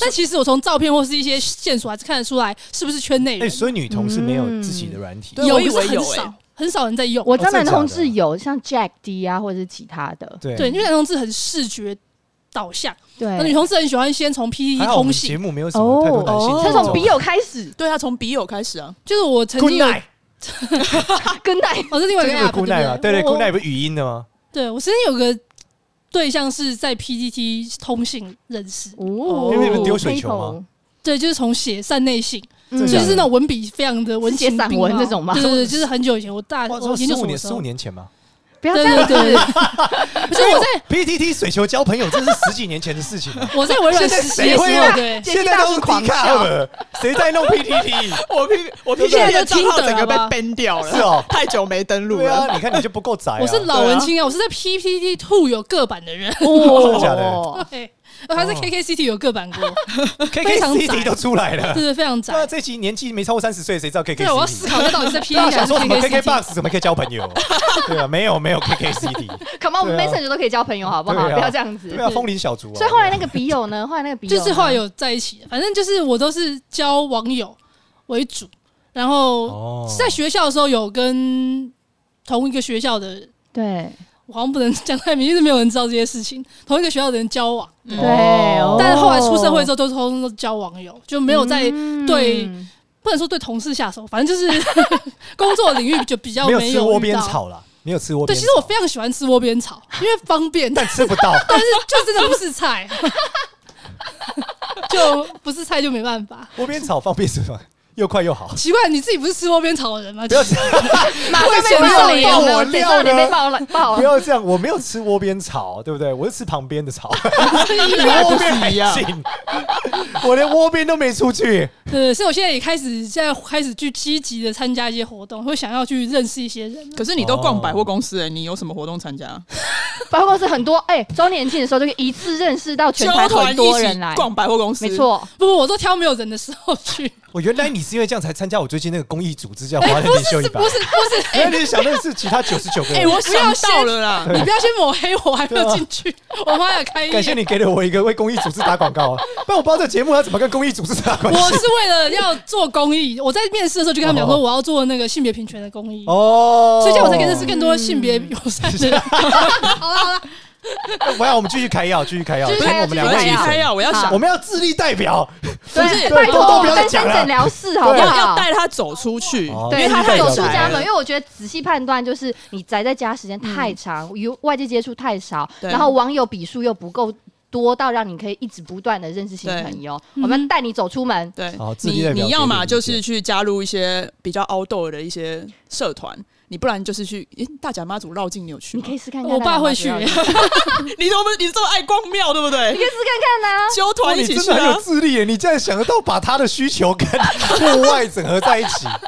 E: 但其实我从照片或是一些线索还是看得出来，是不是圈内
C: 哎，
E: 人？
C: 所以女同事没有自己的软体
A: 对，
E: 有，
A: 我以
E: 可
A: 为
E: 是很
A: 有欸
E: 少，
D: 哎
E: 很少人在用。
D: 我知道男同
C: 哦真的假
D: 志
C: 的
D: 有像 Jack D 啊，或者是其他的。
C: 对
E: 对，因为男同志很视觉导向，那女
D: 对，
E: 同志很喜欢先从 PPT
C: 还好我
E: 通
C: 们节
E: 信，
C: 目没有什么太多男性
A: 哦
C: 听
D: 先
C: 众，
D: 从笔友开始，
A: 对他从笔友开始啊，
E: 就是我曾
C: Good
E: 经有，
C: night
D: 跟带
E: 哦，是另外一
C: 这
E: 个
C: 个有
E: app，
C: Good night 嘛，对对
E: 我
C: ，Good night 不是语音的吗？
E: 对我曾经有个对象是在 PPT 通信认识，
D: 哦
A: 因为你
C: 们丢水球吗？
E: 对，就是从写散内信，
D: 嗯
C: 啊
E: 所以就是那种文笔非常的文
D: 是写
E: 情
D: 散
E: 并
D: 文
E: 茂
D: 这种吗
E: 对对对，就是很久以前我大
C: 哇，
E: 啊哦我研
C: 十
E: 究
C: 五
E: 所的
C: 年
E: 时
C: 十
E: 候
C: 五年前吗？
D: 不要这
E: 对
D: 样
E: 对
D: 子，
E: 对，可是我在
C: PTT 水球交朋友，这是十几年前的事情 了。
E: 我在微软
C: 现在
E: 实习
C: 谁
E: 的时
C: 会用
E: 候，？对，
C: 现在都是 d 卡了，谁在 弄 PTT？
A: 我 P 我 P
E: 现在
A: T 的账
E: 都
A: 啊号整个被
E: 听得了吧
A: ban 掉了，
C: 是哦
A: 太久没登录
C: 对
A: 了。
C: 啊，你看你就不够宅啊。
E: 我是老文青啊，我是在 PPT Two 有个版的人，
C: 真的假的
D: 哦，
E: 对，我
C: 嗯
E: 还在 KKCT 有个版 过，非常宅
C: KKCT 都出来了
E: 对。对，非常宅
C: 那。这集年纪没超过三十岁，谁知道 KK？
E: 对，我要思考一下到底是在 P
C: 啊对啊
E: T 还
C: 想
E: 是
C: 说什么
E: KKCT。
C: KKBox 怎么可以交朋 友？对啊，没有没有 KKCD，
D: 可吗？我们
C: 对啊
D: Messenger 都可以交朋友，好不好？
C: 对啊
D: 不要这样子
C: 对。啊，风铃小卒啊。
D: 所以后来那个笔友呢？后来那
C: 啊
D: 个笔友
E: 就
D: 呢
E: 是后来有在一起，反正就是我都是交网友为主，然后
C: 哦
E: 在学校的时候有跟同一个学校的，
D: 对
E: 我好像不能讲太明，因为没有人知道这些事情，同一个学校的人交往，
A: 嗯
D: 对，
C: 哦
E: 但是后来出社会之
D: 后
E: 后都通通都交网友，就没有在、对
D: 嗯
E: 不能说对同事下手，反正就是 工作领域就比较
C: 没有
E: 没
C: 吃
E: 有
C: 窝
E: 遇
C: 边
E: 到。
C: 草啦，没有吃窝
E: 对，
C: 边。
E: 其实我非常喜欢吃窝边草，因为方便， 但
C: 但吃不到，
E: 但是就真的不是菜， 就不是菜就没办法。
C: 窝边草方便什么？又快又好。
E: 奇怪，你自己不是吃窝边草的人吗？
C: 不要这样，
D: 马上被
E: 剪
D: 爆
E: 到
D: 了，
E: 你
D: 有没有
C: 我
D: 剪
C: 料
D: 到你
C: 呢
D: 被爆了，爆
C: 不
D: 了。
C: 要这样，我没有吃窝边草，对不对？我是吃旁边的 草，比
A: 还
C: 窝
A: 不
C: 边还
A: 是一样
C: 近。我连窝边都没出去。
E: 对，所以我现在也开始现在开始去积极的参加一些活动，会想要去认识一些人。
A: 可是你都逛百货公司了，你有什么活动参加？
D: 百货公司很多，哎，周年庆的时候就一次认识到 全台
A: 纠团
D: 很
A: 一
D: 多人来
A: 起，逛百货公司，
D: 没。错，
E: 不不，我都挑没有人的时候 去。
C: 我原来你是因为这样才参加我最近那个公益组织叫
E: 哎、
C: 华人
E: 不
C: 领
E: 是
C: 袖一
E: 是
C: 百
E: 不。是不是，哎、
C: 原来你想认识其他九十九个
A: 哎、
C: 人。
A: 我想到了啦，
E: 你不要先抹黑我，我还没
C: 对啊
E: 有进去。我妈呀，开业
C: 感谢你给了我一个为公益组织打广告、啊，不然我不知道这节目要怎么跟公益组织打关
E: 我
C: 系。
E: 是为了要做公益，我在面试的时候就跟他们讲
A: 哦
E: 说，我要做那个性别平权的公益，
C: 哦，
E: 所以这样我才可以认识更多 性别友善的人。
C: 我要我们继续开药，继续开药，
D: 继续
C: 今
D: 开
C: 天
D: 药
C: 我们两
A: 我
C: 位
A: 要
D: 继
A: 去
D: 续
A: 开
C: 医
A: 啊！我要
D: 好
A: 想
C: 生， 我们要智力代表，
D: 对，
C: 对
D: 拜
C: 多多
D: 托
C: 不要再
D: 单
C: 讲
D: 身
C: 了
D: 诊疗室好不
A: 要要
D: 好？
A: 带他走出去，
C: 哦
A: 因
D: 对
A: 为
D: 他
A: 他
D: 走
A: 太
D: 出
A: 宅
D: 家门，
A: 了
D: 因为我觉得嗯仔细判断就是你宅在家时间太长，与、外界接触太少，
A: 对
D: 然后网友笔数又不够多到让你可以一直不断的认识新朋友。我们带你走出门，
A: 对
C: 哦，自立
A: 你
C: 代表
A: 你要嘛
C: 给你
A: 就
C: 意见
A: 是去加入一些比较 outdoor 的一些社团，你不然就是去诶、大甲妈祖绕境，你有去
D: 你
A: 吗
D: 可？以试看看。
E: 我爸会去，
D: 你可以试
A: 你怎么你这么爱逛庙，对不对？
D: 看看啊。
A: 揪
C: 哇
A: 团一
C: 你
A: 起
C: 真
A: 去
C: 的很
A: 啊
C: 有！智力耶！你竟然想得到把他的需求跟 户外整合在一起。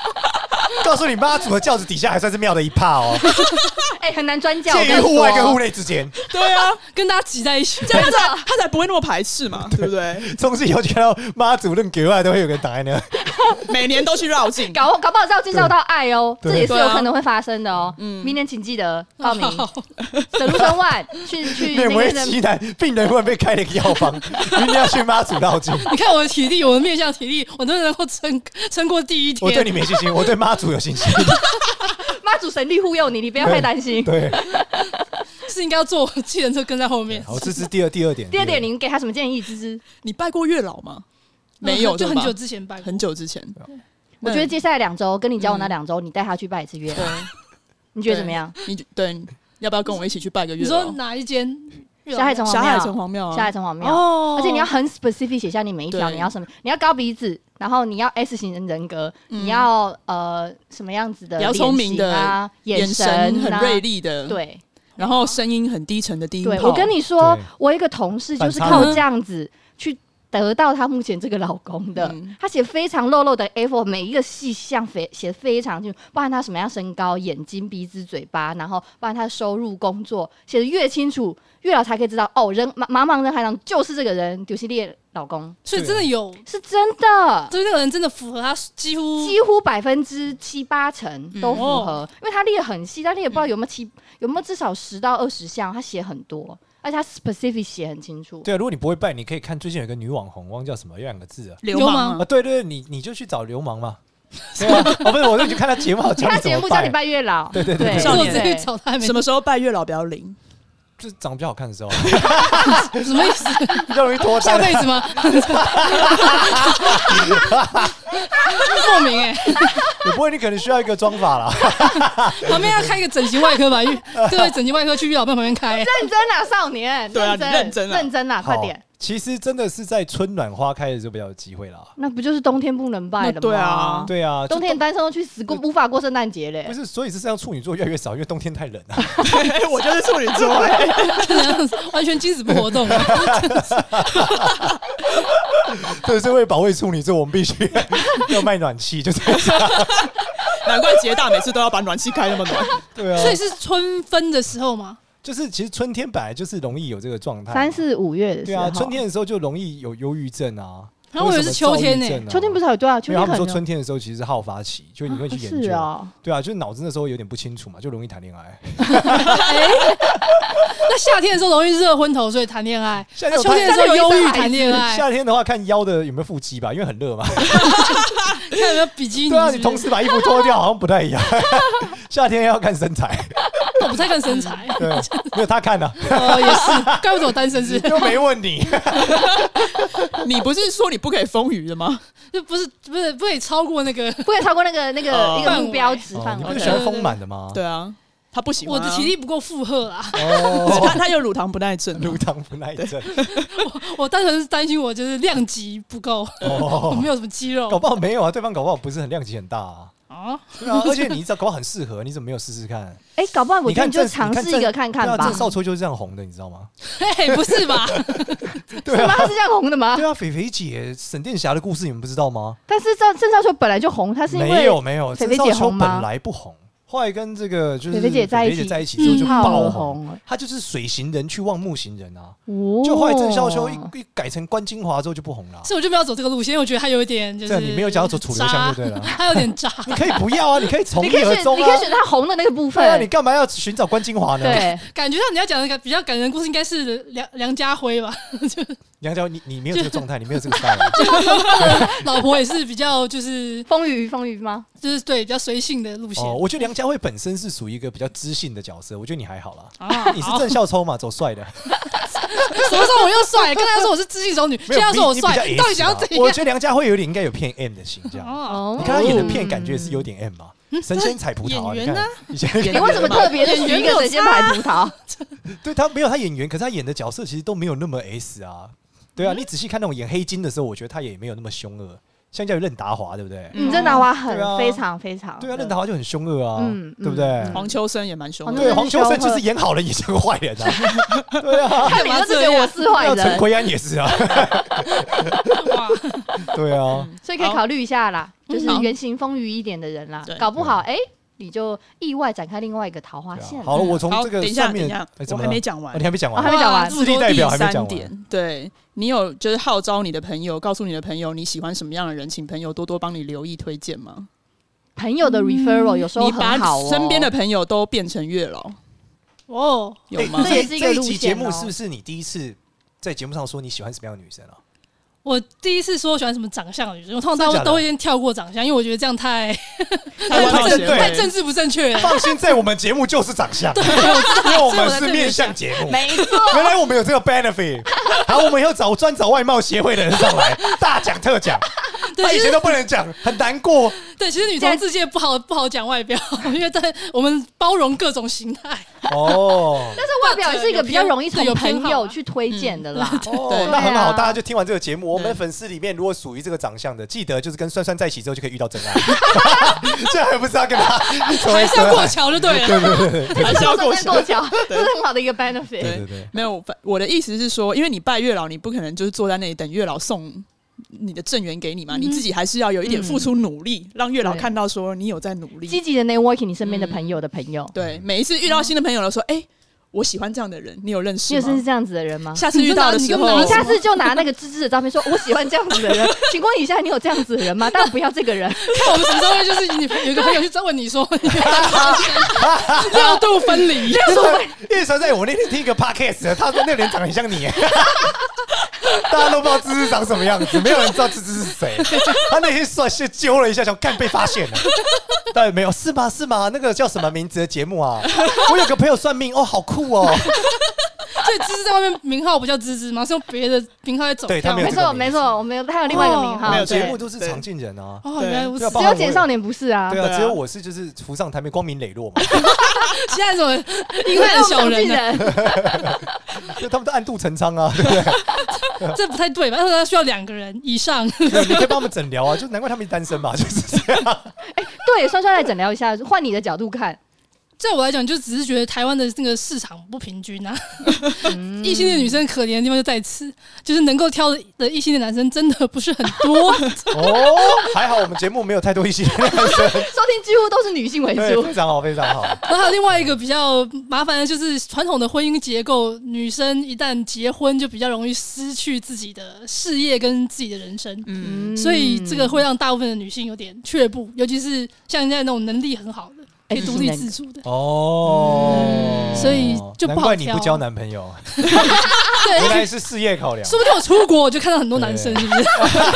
C: 告诉你，妈祖的轿子底下还 算是庙的一帕哦，
D: 哎、很难专教。
C: 介
D: 我
C: 于
D: 跟你
C: 户外跟
D: 说
C: 户内之间。
A: 对啊，
E: 跟大家挤在一起，
A: 这样他才他才不会那么排斥嘛，对不对？
C: 从此以后看到妈祖论格外都会有个人挡在那。
A: 每年都去绕 境，
D: 搞搞不好是要介绍到爱哦，
C: 对
D: 这也是
A: 对
D: 有
A: 啊
D: 可能会发生的哦。
A: 嗯
D: 明年请记得报名 Solution One 去 去那
C: 勉
D: 个
C: 为
D: 的
C: 其难，病人会被开了一个药方，明天要去妈祖绕境。
E: 你看我的体力，我的面向体力，我都能够撑撑过第一天。
C: 我对你没信心，我对妈祖有信心。
D: 妈祖神力护佑你，你不要太担心。
C: 对，
E: 是应该要坐计程车跟在后面。
C: 好， 这是第二第二点。
D: 第二点，你给他什么建议？芝芝，
A: 你拜过月老吗？没
E: 嗯
A: 有，
E: 就
A: 对
E: 很
A: 吧
E: 久之前办过。
A: 很久之前。
D: 我觉得接下来两周跟你交往那两周，你带他去拜一次月
A: 对
D: 老，，你觉得怎么样？
A: 你对你要不要跟我一起去拜个
E: 你
A: 月
E: 说
A: 老？
E: 哪一间？
D: 霞海城隍
A: 霞哦海
D: 庙，
A: 城隍庙
D: 霞海
A: 啊，
D: 城隍庙。
E: 哦
D: 而且你要很 specific 写下你每一条
A: 对
D: 你要什么，你要高鼻子，然后你要 S 型人格，你要呃什么样子的
A: 嗯比较
D: 脸
A: 聪明的
D: 型啊，眼
A: 神很
D: 啊
A: 锐利的，，
D: 对
A: 然后声音很低沉的低音
D: 对，
A: 炮
D: 我跟你说
C: 对，
D: 我有一个同事就是
C: 反差
D: 靠
E: 萌
D: 这样子去得到她目前这个老公的。她写非常露露的 A4，每一个细项非写得非常清楚，包含她什么样身高、眼睛、鼻子、嘴巴，然后包含她的收入、工作，写的越清楚，越老才可以知道哦，人茫茫茫人海上就是这个人丢系列老公
E: 所以真的有，
D: 是真的。
E: 就是那个人真的符合他几乎
D: 几乎百分之七八成都符合，因为他列很细，但列不知道有没有七，有没有至少十到二十项，他写很多，而且他 specific 写很清楚。
C: 对啊，如果你不会拜，你可以看最近有一个女网红，忘记叫什么，有两个字啊。
A: 流
E: 流
A: 氓
E: 氓
D: 嗯
C: 啊，
A: 啊，
C: 对对，对你你就去找流氓嘛。对啊，哦，不是，我就去看他节目，教
D: 他
C: 你怎
D: 节
C: 么
D: 目教
C: 拜
D: 你拜月老，
C: 对对对
D: 对，
A: 少
E: 我
A: 年欸
E: 自己找他还没
A: 什么时候拜月老不要灵？
C: 就是长得比较好看的时候，啊
E: 什么意思？
C: 比较容易脱
E: 下
C: 单。
E: 辈子吗？莫 名哎、
C: 也不会，你可能需要一个妆法啦。
E: 旁边要开一个整形外 科吧，因为对整形外科去月老伴旁边开、
D: 认真啊，少年，
A: 对啊
D: 认真，
A: 你认真啊
D: 认真啊， 快
C: 好
D: 点！，
C: 其实真的是在春暖花开的时候比较有机会啦。
D: 那不就是冬天不能拜了吗？
A: 那对啊
C: 对啊，就
D: 哦冬天单身都去死过，无法过圣诞节嘞
C: 不。是，所以是让处女座越来越少，因为冬天太冷了、啊
A: 对我就是处女座、哎
E: 欸，完全精子不活 动、啊。
C: 对，所以为了保卫处女座，我们必须 要卖暖气，就是
A: 难怪杰大每次都要把暖气开那么暖。
C: 对啊，
E: 所以是春分的时候嘛，
C: 就是其实春天本来就是容易有这个状态，
D: 三四五月的
C: 对
D: 时
C: 啊，
D: 候，
C: 春天的时候就容易有忧郁症啊。
E: 啊我以为是秋天呢
D: 秋天不是还有对啊？秋
C: 因为
D: 天
C: 他们
D: 可
C: 说
D: 能
C: 春天的时候其实是好发期，就是你会去研
D: 是
C: 究，
D: 啊，
C: 对啊，就是脑子那时候有点不清楚嘛，就容易谈恋爱。
E: 那夏天的时候容易热昏头，所以谈恋爱；
C: 夏
E: 那
C: 天
E: 秋天的时候忧郁谈恋爱，
C: 夏天的话看腰的有没有腹肌吧，因为很热嘛。
E: 看有没有比基尼
C: 对啊，
E: 是
C: 你同
E: 不是。
C: 时把衣服脱掉好像不太一样。夏天要看身材，
E: 我不太看身 材，
C: 对，没有他看啊，
E: 哦也是，怪不得我单身是不是
C: 又没问你。
A: 你不是说你不可以风雨的吗？
E: 就不是不是不可以超过那个，
D: 不可以超过那个那个
A: 哦
D: 一个目标值
C: 哦
D: 范
C: 你不
D: 围
C: 是
A: 对。
C: 喜欢丰满的吗？
A: 对啊，他不喜欢
E: 我
A: 啊、
E: 的体力不够负荷啦。
C: 哦，
A: 他他有乳糖不耐症啊、
C: 乳糖不耐症，
E: 我单纯是担心我就是量级不够，我
C: 哦，
E: 没有什么肌
C: 搞
E: 肉
C: 不好没有啊，对方搞不好不是很量级很大啊。
E: 啊。
C: 对啊，而且你这搞不好很适合，你怎么没有试试看？
D: 哎，搞不好我
C: 你
D: 觉得
C: 看
D: 你就
C: 郑，
D: 尝试一个看看
C: 对啊
D: 吧
C: 郑。少秋就是这样红的，你知道吗？
E: 嘿，不是吧？
C: 对
D: 什么
C: 啊，
D: 他是这样红的吗
C: 对？啊，肥肥姐沈殿霞的故事你们不知道吗？
D: 但是赵郑少秋本来就红，啊他是因为
C: 没有没有，
D: 肥肥
C: 郑
D: 姐
C: 少秋
D: 红
C: 本
D: 吗
C: 来不红，后来跟这个就是
D: 肥肥姐在一起
C: 肥在一起之后就
E: 嗯爆
C: 爆
D: 爆
C: 红。
D: 红了。
C: 他就是水行人去望木行人啊，
D: 哦
C: 就后来郑少秋一一改成关金华之后就不红了啊。
E: 所以我就没有走这个路线，因为我觉得他有一点就
C: 这
E: 是
C: 样啊你没有讲要走主流项就对了
E: 渣他有点渣。
C: 你可以不要啊，你可以从
D: 你
C: 一
D: 可以
C: 而
D: 选，
C: 终
D: 你可以
C: 啊。
D: 选他红的那个部
C: 对啊，你
D: 分。
C: 干嘛要寻找关金华呢？
D: 对，
E: 感觉上你要讲的感比较感人的故事，应该是梁梁家辉吧？
C: 杨娇，你你没有这个状态，你没有这个 style，
E: 老婆也是比较就是
D: 风雨风雨吗？
E: 就是对比较随性的路线
C: 哦，我觉得梁家辉本身是属于一个比较知性的角色，我觉得你还好啦。
D: 哦
E: 啊。
C: 你是
E: 好
C: 郑少秋嘛，走 帅的，
E: 什么时候我又帅？跟他说我是知性熟女，
C: 没有
E: 现在说我
C: 你你比较
E: 帅，你到底
C: S
E: 想要
C: 啦
E: 怎
C: 我
E: 样？
C: 觉得梁家辉有点应该有偏 M 的形象，
E: 哦，
D: 哦嗯
C: 你看他演的片，感觉也是有点 M 嘛。神仙采葡萄啊，
E: 演
C: 你看
E: 员呢
C: 以前
A: 演
D: 你为什么特别的取一个神仙牌葡萄？
C: 对他没有他演员，可是他演的角色其实都没有那么 S 啊。对啊，你仔细看那种演黑金的时候，我觉得他也没有那么凶恶，相较于任达华，对不对？
D: 嗯，任达华很
C: 对啊
D: 非常非常。
C: 对啊，任达华就很凶恶啊，
D: 嗯
C: 对不对？
D: 嗯
A: 黄秋生也蛮凶
D: 黄
A: 的，
C: 对，黄
D: 黄
C: 秋
D: 秋
C: 生
D: 生
C: 就是演好人，也像个坏人啊。对啊，
D: 看你就是觉得我是坏
C: 那陈
D: 人，
C: 奎安也是啊。
E: 哇，
C: 对啊，
D: 所以可以考虑一下啦，
E: 好
D: 就是原型丰腴一点的人啦
A: 对，
D: 搞不好哎，你就意外展开另外一个桃花线
C: 啊对
D: 了。
C: 啊好了，我从
A: 嗯好，
C: 这
A: 等
C: 个
A: 一下，
C: 上
A: 等一
C: 面，
A: 下
C: 哎，怎
A: 我
C: 么
A: 还
C: 了
A: 没讲
C: 哦
A: 完
C: 你。还没讲
D: 哦还
C: 完
D: 没？讲完
E: 哇
C: 智力代表还没讲完
A: 啊第三点，对你有就是号召你的朋友，告诉你的朋友你喜欢什么样的人，请朋友多多帮你留意推荐吗？
D: 朋友的 referral 有时候
A: 你把
D: 很好哦，
A: 身边 的朋友都变成月老，
E: 哦，
A: 有
C: 哎
A: 吗？
D: 这也是一个
C: 这一集
D: 路线
C: 节目
D: 哦
C: 是不是你第一次在节目上说你喜欢什么样的女生啊？
E: 我第一次说我喜欢什么长相的女生，我通常
C: 真的假
E: 都
C: 的
E: 都会先跳过长相，因为我觉得这 样太
A: 台湾
E: 太
A: 冒
E: 政
A: 险
C: 对
E: 太政治不 正确了。
C: 放心，在我们节目就是长相， 因为我们是面向节目。
D: 没错，
C: 原来我们有这个 benefit，好，我们要找专找外貌协会的人上来，大讲特讲。他以前都不能讲，很难过。
E: 对，其实女同志界不好不好讲外表，因为在我们包容各种形态。
C: 哦
D: 但是外表也是一个比较容易从
E: 有偏
D: 朋
E: 好
D: 友
E: 啊
D: 去推荐的啦。
C: 哦
A: 对，
C: 那很好，
D: 啊
C: 大家就听完这个节目，我们的
A: 对
C: 粉丝里面如果属于这个长相的，记得就是跟酸酸在一起之后就可以遇到真爱。 这还不是要跟他成为
E: 还是
C: 真
E: 要过
C: 爱？
E: 桥就对了。
A: 还是要过
D: 过
A: 桥。
D: 桥，
A: 对
D: 这是很好的一个 benefit。
C: 对对对
A: 没有，反我的意思是说，因为你拜月老，你不可能就是坐在那里等月老送你的正缘给你嘛，你自己还是要有一点付出努力，让月老
D: 嗯对
A: 看到说你有在努力。
D: 积极的 networking，你身边的朋友的朋友，
A: 对，每一次遇到新的朋友都说，哎、我喜欢这样的人，你有认
D: 你
A: 识
D: 有
A: 吗
D: 是？这样子的人吗？
A: 下次遇到的时
E: 你就拿
A: 候，
E: 你
D: 你下次就拿那个芝芝的照 片说，我喜欢这样子的 人。请问一下，你有这样子的人吗？但不要这个人，
E: 看 我们什么时候会就是你有一个朋友去问你说 六度分离，
C: 叶传在我那天听一个 podcast，他说那个人长得很像你， 大家都不知道芝芝长什么样子，没有人知道芝芝是谁。他那天算是揪了一下，想干被发现了，但没有是吗？是吗？那个叫什么名字的节目啊？我有个朋友算命哦，好酷哦，
E: 所以芝芝在外面名号不叫芝芝吗？是用别的名号在走
C: 对他
E: 跳
C: 没 有
E: 吗
D: 没
C: 这个
D: 错
C: 名字
D: 没错，我们有他有另外一个名
E: 哦
D: 号，
A: 没有
D: 对
C: 节目都是常进人啊。
E: 哦，原来如
C: 对
E: 此
C: 啊。包
D: 只
C: 含
D: 有
C: 我也
D: 简少年不是啊，
C: 对
A: 对
C: 啊，
A: 啊
C: 只有我是就是浮上台面，光明磊落嘛，
E: 现在怎么一般的小人呢？
D: 人，
C: 就他们都暗度陈仓啊，
E: 这不太对吧？他需要两个人以上。
C: 对你可以帮我们诊疗啊，就难怪他们单身嘛，就是这样。
D: 哎对，双双来诊疗一下，换你的角度 看，
E: 在我来讲，就只是觉得台湾的那个市场不平均啊。
D: 嗯
E: 异性恋女生可怜的地方就在此，就是能够挑的异性恋男生真的不是很多。
C: 哦，还好我们节目没有太多异性恋，
D: 收听几乎都是女性为
C: 对，
D: 主
C: 非，常好，非常好。
E: 然后还有另外一个比较麻烦的就是传统的婚姻结构，女生一旦结婚就比较容易失去自己的事业跟自己的人生，
A: 嗯，
E: 所以这个会让大部分的女性有点却步，尤其是像现在那种能力很好的。可
D: 哎
E: 以独立自主的，
D: 嗯
C: 哦
E: 所以就不
C: 难
E: 好
C: 怪你
E: 挑
C: 不交男朋友，原
E: 对，
C: 来是事业考量
E: 说。不定我出国我就看到很多男生，是不是？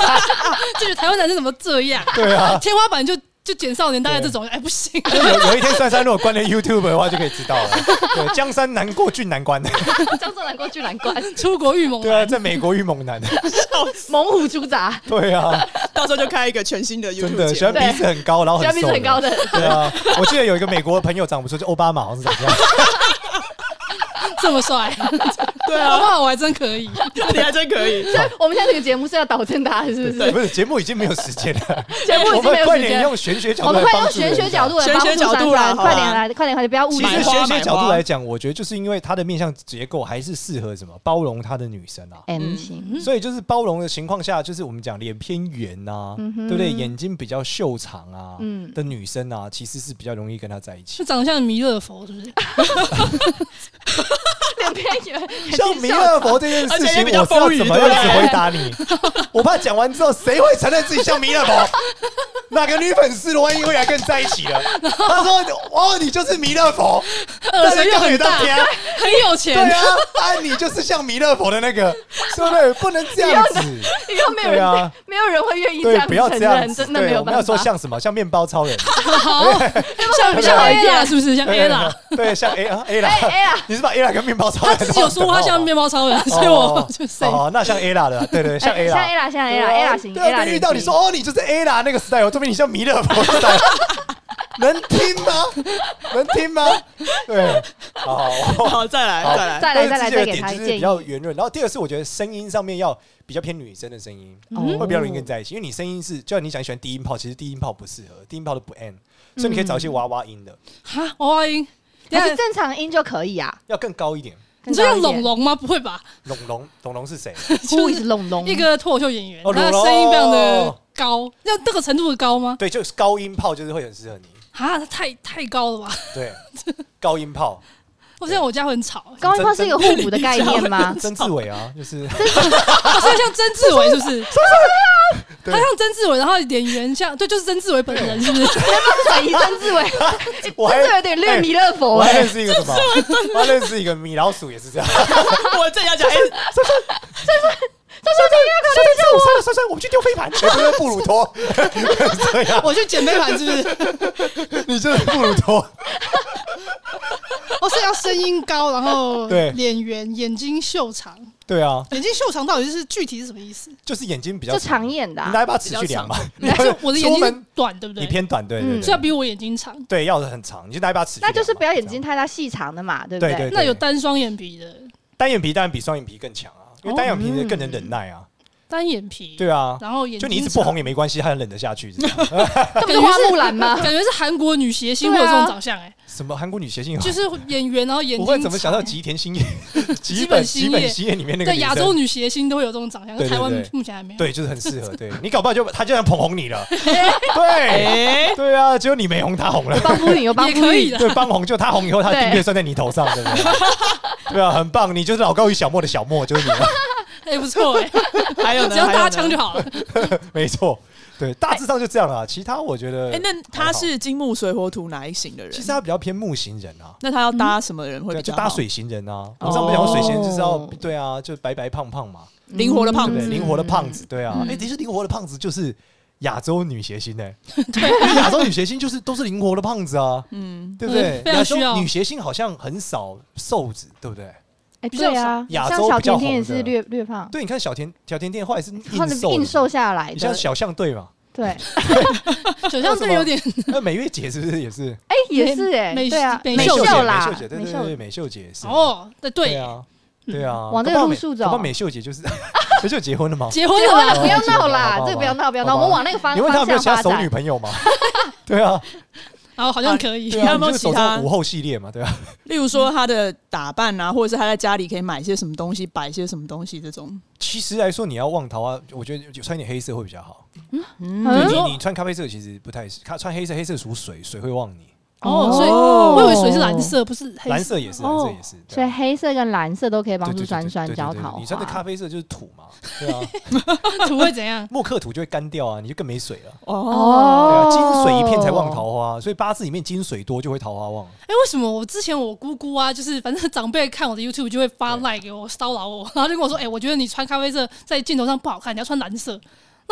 E: 就觉得台湾男生怎么这样？
C: 对啊，
E: 天花板就就减少年大概这种，哎，不行，
C: 有有一天珊珊如果关了 YouTube 的话，就可以知道了。 对，江山难过俊难关。
D: 江浙南关巨南关，
E: 出国遇猛
C: 对啊，在美国遇猛男。
D: 猛虎出闸，
C: 对啊，
A: 到时候就开一个全新的 YouTube
C: 真的喜
A: 节
C: 欢
A: 目，
C: 鼻子很高，然后
D: 虽然
C: 很
D: 鼻子
C: 瘦的。
D: 很高的，
C: 对啊，我记得有一个美国的朋友长不出，就奥巴马好像是长这样。
E: 这么帅，
A: 对
E: 好不
A: 啊，
E: 好？我还真可以。
A: 你还真可以。
D: 我们现在这个节目是要导正他， 是不是？
C: 不是，节目已经没有时间了，
D: 节目
C: 我
D: 已经没
C: 们
D: 有
C: 快
D: 时
C: 点
D: 间。
C: 用玄学角
D: 我
C: 度
D: 们
C: 来
D: 快
C: 帮
D: 用
C: 助人
D: 玄
C: 家。
D: 学角度来
A: 玄
D: 帮助
A: 学角度啦
D: 珊珊
A: 好吧
D: 快点来，快点快点，不要误解
C: 其实
A: 买
D: 我。
A: 花
C: 玄学
A: 买
C: 角度
A: 花
C: 来讲，我觉得就是因为它的面向结构还是适合什么包容他的女生啊。
E: 嗯
D: M 型，
C: 所以就是包容的情况下，就是我们讲脸偏圆呐、
D: 嗯哼
C: 对不对？眼睛比较秀长啊、
D: 嗯
C: 的女生啊，其实是比较容易跟他在一 起
E: 就。长得像弥勒佛，是不是？
D: 两边有
C: 像弥 勒佛这件事
A: 而且
C: 情，
A: 也比较
C: 我是要
A: 丰腴
C: 怎么样子回答你？我怕讲完之后，谁会承认自己像弥勒佛？哪个女粉丝罗文英会来跟你在一起了？她说：“哦，你就是弥勒佛，
E: 耳垂又很大，
C: 大家就可以当天
E: 很有钱。
C: 对啊，啊，你就是像弥勒佛的那个，是不是？不能这样子。”
D: 以后没有
C: 对
D: 人
C: 啊，
D: 没有人会愿意这
C: 对，
D: 样
C: 不要
D: 承
C: 这样
D: 认，
C: 子，
D: 真的
C: 对
D: 没有
C: 我们
D: 办法。
C: 要说 像什么，像面包超人，
E: 好，像像 A 啦，是不是？像 A 啦，
C: 啊对，像 A 啊 A 啦
D: 哎哎呀，
C: 你是把 A 啦跟面包超
E: 他
C: 人
E: 自己有说过他像面包超人，所以我 就 say
C: 哦，那像 A 啦的，对对，像
D: 哎
C: A
D: 像 A
C: 啦。
D: 啦，像 A 啦，A 啦型
C: 对啊
D: ，A 啦
C: 遇到你说哦，你就是 A 啦那个时代，我这边你像弥勒佛时代，能听吗？能听吗？对，好 好，我
A: 好，再来，再来。
D: 再来再
C: 但
D: 来
C: 是这
D: 再
C: 个
D: 给
C: 点
D: 他
C: 就是
D: 建
C: 比
D: 议，
C: 较圆润。然后第二是，我觉得声音上面要比较偏女生的声音，
D: 嗯
C: 会比较容易跟你在一起。因为你声音是，就像你讲你喜欢低音炮，其实低音炮不适合，低音炮都不 N，所以
D: 嗯
C: 你可以找一些娃娃音的，
E: 哈娃娃音。等
D: 还
E: 一
D: 是
E: 下
D: 正常音就可以啊。
C: 要更高一点。
E: 你说像龙龙吗？不会吧？
C: 龙龙龙龙 是谁？
D: ，Who is 龙龙？
E: 一个脱口秀演员，
C: 哦
E: 他的
C: 龙
E: 声音非常的
C: 龙
E: 高，要这个程度的高吗？
C: 对，就是高音炮，就是会很适合你。
E: 啊，他太太高了吧！
C: 对，高音炮，
E: 我现在我家会 很吵，
D: 高音炮是一个互补的概念 吗？
C: 曾志伟啊，就是
E: 啊所以像曾志伟是不是？
C: 对
E: 他像曾志伟，然后脸圆像，对，就是曾志伟本人，是不是？
D: 转移曾
C: 哎
D: 志伟，
C: 我
D: 曾
C: 还
D: 志伟有点略弥勒佛
C: 我还
D: 哎
C: 认。识一个什么？我还认识一个米老鼠也是 这样。
A: 我正要讲，哎，
C: 珊珊，珊珊跳舞，珊珊珊珊，我们去丢 飞盘，哎不是布鲁托，对 呀，
A: 我去捡杯盘是不是？
C: 你就是布鲁托，
E: 哦，是要声音高，然后
C: 对
E: 脸圆，眼睛秀长，
C: 对啊，
E: 眼睛秀长到底是具体是什么意思？
C: 就是眼睛比较
D: 就长眼的
C: 你
D: 啊，
C: 拿一把尺去量吧。你
E: 但是我的眼
C: 出
E: 睛是
C: 门
E: 短，对不对？
C: 你偏短，对
D: 嗯
C: 对
E: 是要
C: 对，
E: 比我眼睛长。
C: 对要很长，你就拿一把尺去量
D: 那
C: 嘛。
D: 就是不要眼
C: 这
D: 睛
C: 样
D: 太大细长的嘛，对不
C: 对
D: 对？
C: 对，
E: 那有
C: 单
E: 单双眼皮的，
C: 单眼皮当然比双眼皮更强啊，因为
E: 哦
C: 单眼皮的更能忍耐啊。
E: 单眼皮，
C: 对啊，
E: 然后眼
C: 就
E: 睛
C: 你一直不红
E: 眼，
C: 也没关系，还忍得下去。这样
D: 这不是花木兰 吗？
E: 感觉是韩国女谐星
D: 对
E: 会
D: 啊
E: 有这种长相，哎，
C: 什么韩国女谐星？
E: 就是眼圆，然后眼
C: 啊
E: 睛
C: 我
E: 长。
C: 会怎么想到吉田 星也、吉
E: 本
C: 本
E: 兴
C: 吉
E: 业
C: 本兴业里面那个
E: 对
C: 女
E: 亚
C: 生
E: 洲女谐星都会有这种长相，
C: 对对
E: 台湾
C: 对
E: 目前还没有。
C: 对，就是很适合。对你搞不好就他就想捧红你 了， 对
A: 哎，
C: 对啊，只有你没红，他红了。
D: 帮扶允有帮
E: 也
D: 扶
E: 可以
D: 允，
E: 的，
C: 对，帮红就他红以后，他的
D: 对
C: 订阅算在你头上，对不对？ 对啊，很棒，你就是老高与小莫的小莫，就是你了，
E: 哎，不错 哎，
A: 还有呢，
E: 只要
A: 还有呢
E: 搭腔就。好了。
C: 没错。对，大致上就这样了。其他我觉得，
A: 哎，那他是金木水火土哪一型的人？
C: 其实他比较偏木型人啊，
A: 那他要搭什么人会
C: 对
A: 比
C: 啊，就
A: 较
C: 搭
A: 好？
C: 水型人啊。我上面讲过水型人就是要
D: 哦
C: 对啊，就白白胖胖嘛，
A: 嗯灵活的胖
C: 对不嗯对？
A: 子，
C: 灵活的胖子，对啊。
E: 嗯
C: 哎，其实灵活的胖子就是亚洲女谐星哎，对，亚洲女谐星就是都是灵活的胖子啊，
A: 嗯，
C: 对不对
E: 嗯？非常
C: 亚洲
E: 需要
C: 女谐星好像很少瘦子，对不对？
D: 哎，
E: 比较
D: 对啊，
C: 亚
D: 像
C: 洲
D: 小
C: 比较
D: 甜甜也
C: 红的
D: 是略略胖，
C: 对，你看小甜小甜甜后来是硬
D: 或者
C: 瘦的，
D: 硬瘦下来
C: 你像
D: 的，
C: 小象队嘛，
D: 对，哎
E: 小象队有点
C: 那美月姐是不是也是
D: 哎，也是哎，
E: 美
D: 对啊，
E: 美
D: 美
E: 秀
C: 秀
E: 姐
C: 姐
D: 啦
C: 美秀，姐，对对对，对美秀姐也是，
E: 哦，对对
C: 对，啊，对啊，
D: 嗯往这个
C: 搞不好
D: 路
C: 美
D: 数
C: 搞不好
D: 走
C: 美秀姐就是 美秀结婚了吗？
E: 结婚
D: 结
E: 了
D: 婚
E: 啦
D: 了，不要闹
C: 好吧好
D: 啦
C: 吧，
D: 这个不要闹，不要闹，
C: 好吧
D: 我们往那个方
C: 你问她有
D: 方
C: 没有
D: 向
C: 其他
D: 发
C: 熟女
D: 展。
C: 朋友吗？ 对啊，
E: 然哦后好像可以
C: 对
A: 你
C: 啊，
A: 有
C: 你
A: 没有
C: 就是
A: 其
C: 走这
A: 他
C: 种午后系列嘛？对啊，
A: 例如说他的打扮啊，或者是他在家里可以买些什么东西，摆些什么东西这种。
C: 其实来说，你要望桃花，我觉得就穿一点黑色会比较好。
D: 嗯
C: 你你你穿咖啡色其实不太是，看穿黑色，黑色属水，水会旺你。
E: 哦，所以
D: 哦
E: 我以为水是蓝色，不是黑
C: 蓝 色也是，蓝
D: 哦
C: 色也是。对
D: 所
C: 啊
D: 以黑色跟蓝色都可以帮
C: 对
D: 助
C: 对对
D: 酸
C: 对
D: 酸
C: 对对
D: 焦
C: 对
D: 桃花。
C: 你穿的咖啡色就是土嘛，对 啊，
E: 土会怎样？
C: 木克土就会干掉啊，你就更没水了。
A: 哦，
C: 对
D: 哦
C: 啊，，金水一片才旺。桃花，所以八字里面金水多就会桃花旺。
E: 哎，为什么我之前我姑姑啊，就是反正长辈看我的 YouTube 就会发
C: 对
E: like 给我骚扰我，然后就跟我说，哎，我觉得你穿咖啡色在镜头上不好看，你要穿蓝色。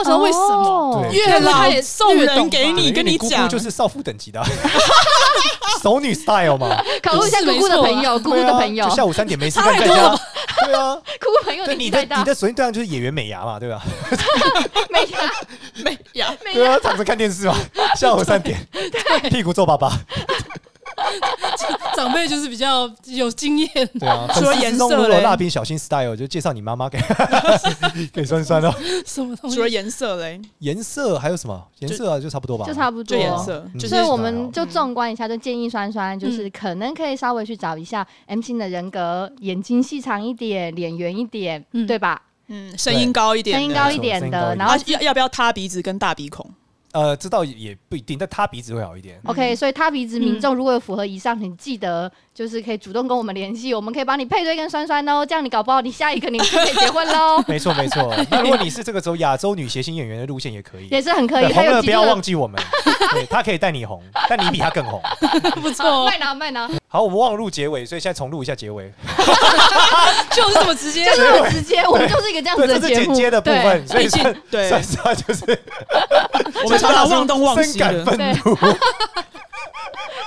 E: 那时候为什
D: 哦
E: 么？
C: 对
A: 月老
E: 他也
A: 送
E: 略懂
A: 人
E: 吧
A: 给
C: 对因
A: 你，
C: 为
A: 跟
C: 你姑姑
A: 讲，
C: 就是少妇等级的啊， 熟女 style 嘛，
D: 考虑一下
E: 是
D: 姑
E: 没
D: 姑的
E: 错啊
D: 朋友，姑姑
C: 对啊
D: 的朋友，
C: 就
D: 姑
C: 下午三点没事干在家，对啊，
D: 姑朋友
C: 对
D: 年
C: 你
D: 纪
C: 的
D: 太
C: 你
D: 大，
C: 的首先对象就是演员美牙嘛，对吧？
D: 没 呀
A: 没呀，
D: 没
C: 对
D: 呀，
C: 啊，躺着看电 视嘛，下午三点，屁股皱巴巴，
E: 长辈就是比较有经验，
C: 对啊，
A: 除了
C: 粉丝
A: 颜
C: 之中
A: 色
C: 如果
A: 嘞
C: 蜡笔小新 style 就介绍你妈妈 给给酸酸哦，
E: 什么东西
A: 除？了颜色嘞，
C: 颜色还有什么颜色啊，就差不多吧，
D: 就差不多
A: 就。颜色
C: 嗯
A: 就是
D: 所以我们
C: 嗯
D: 就纵观一下，就建议酸酸，就是可能可以稍微去找一下 M 型的人格，眼睛细长一点，脸圆一点，
E: 嗯
D: 对吧？
A: 嗯，声音高一点的，
D: 声音高一点
C: 没错声音高
D: 的，
C: 一点
A: 然
D: 然后
A: 后要要不要塌鼻子跟大鼻 孔？
C: 呃，这倒也不一定，但塌鼻子会好一点。，
D: OK，所以塌鼻子民众如果有符合以上，你记得就是可以主动跟我们联系，我们可以帮你配对跟酸酸哦，这样你搞不好你下一个你就可以结婚喽
C: 没错没错，那如果你是这个走亚洲女谐星演员的路线也可 以，
D: 也是很可以。
C: 对
D: 还
C: 红
D: 有
C: 了不
D: 机
C: 要忘
D: 会
C: 记我们， 对，她可以带你红，但你比她更红。
E: 不错
D: 好
E: 哦，
D: 麦拿麦拿，
C: 好，我们忘了录结尾，所以现在重录一下结尾。
E: 就是这么直接
D: 就。是很 直接，我们就是一个这样
C: 对，
D: 子
C: 这
D: 的
C: 是
D: 节
C: 剪
D: 目，
C: 接的部
D: 对
C: 分，所以
A: 毕竟
C: 算
A: 对
C: 算是就是
A: 我们常常忘东忘
C: 深
A: 西
C: 感
A: 的，
C: 愤怒。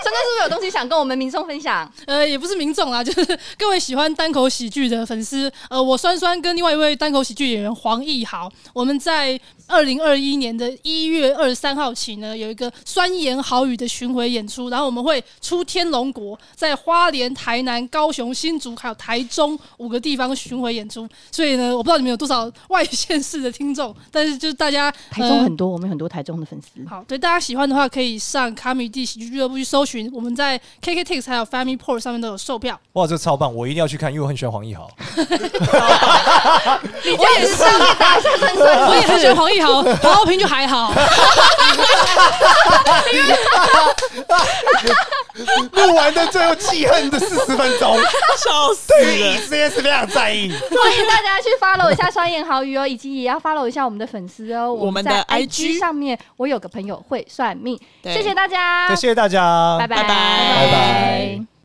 D: 真的是不是有东西想跟我们民众分享？
E: 呃，也不是民众啊， 就是各位喜欢单口喜剧的粉丝。呃，我酸酸跟另外一位单口喜剧演员黄奕豪，我们在二零二一年的一月二十三号起呢，有一个酸言好语的巡回演出，然后我们会出天龙国，在花莲、台南、高雄、新竹还有台中五个地方巡回演出。所以呢，我不知道你们有多少外县市的听众，但是就是大家
D: 台中
E: 呃
D: 很多，我们有很多台中的粉丝。
E: 好，对大家喜欢的话，可以上卡米蒂喜剧俱乐部去搜寻，我们在 KKTix 还有 Family Port 上面都有售票。
C: 哇，这超棒，我一定要去看，因为我很喜欢黄奕豪。
D: 你这样子上面打一下酸酸，
E: 我也很喜欢黄奕豪，黄浩平就还好。
C: 录完的最后记恨的四十分 钟，
A: 笑死
C: 对于
A: 了
C: 你。这件事非常在意。
D: 欢迎大家去 follow 一下酸言好语哦，以及也要 follow 一下我们的粉丝哦。
A: 我们的
D: 在
A: IG
D: IG 上面，我有个朋友会算命，
A: 对
D: 谢谢大家
C: 那，谢谢大家，
D: 拜
A: 拜拜
D: 拜
C: 拜拜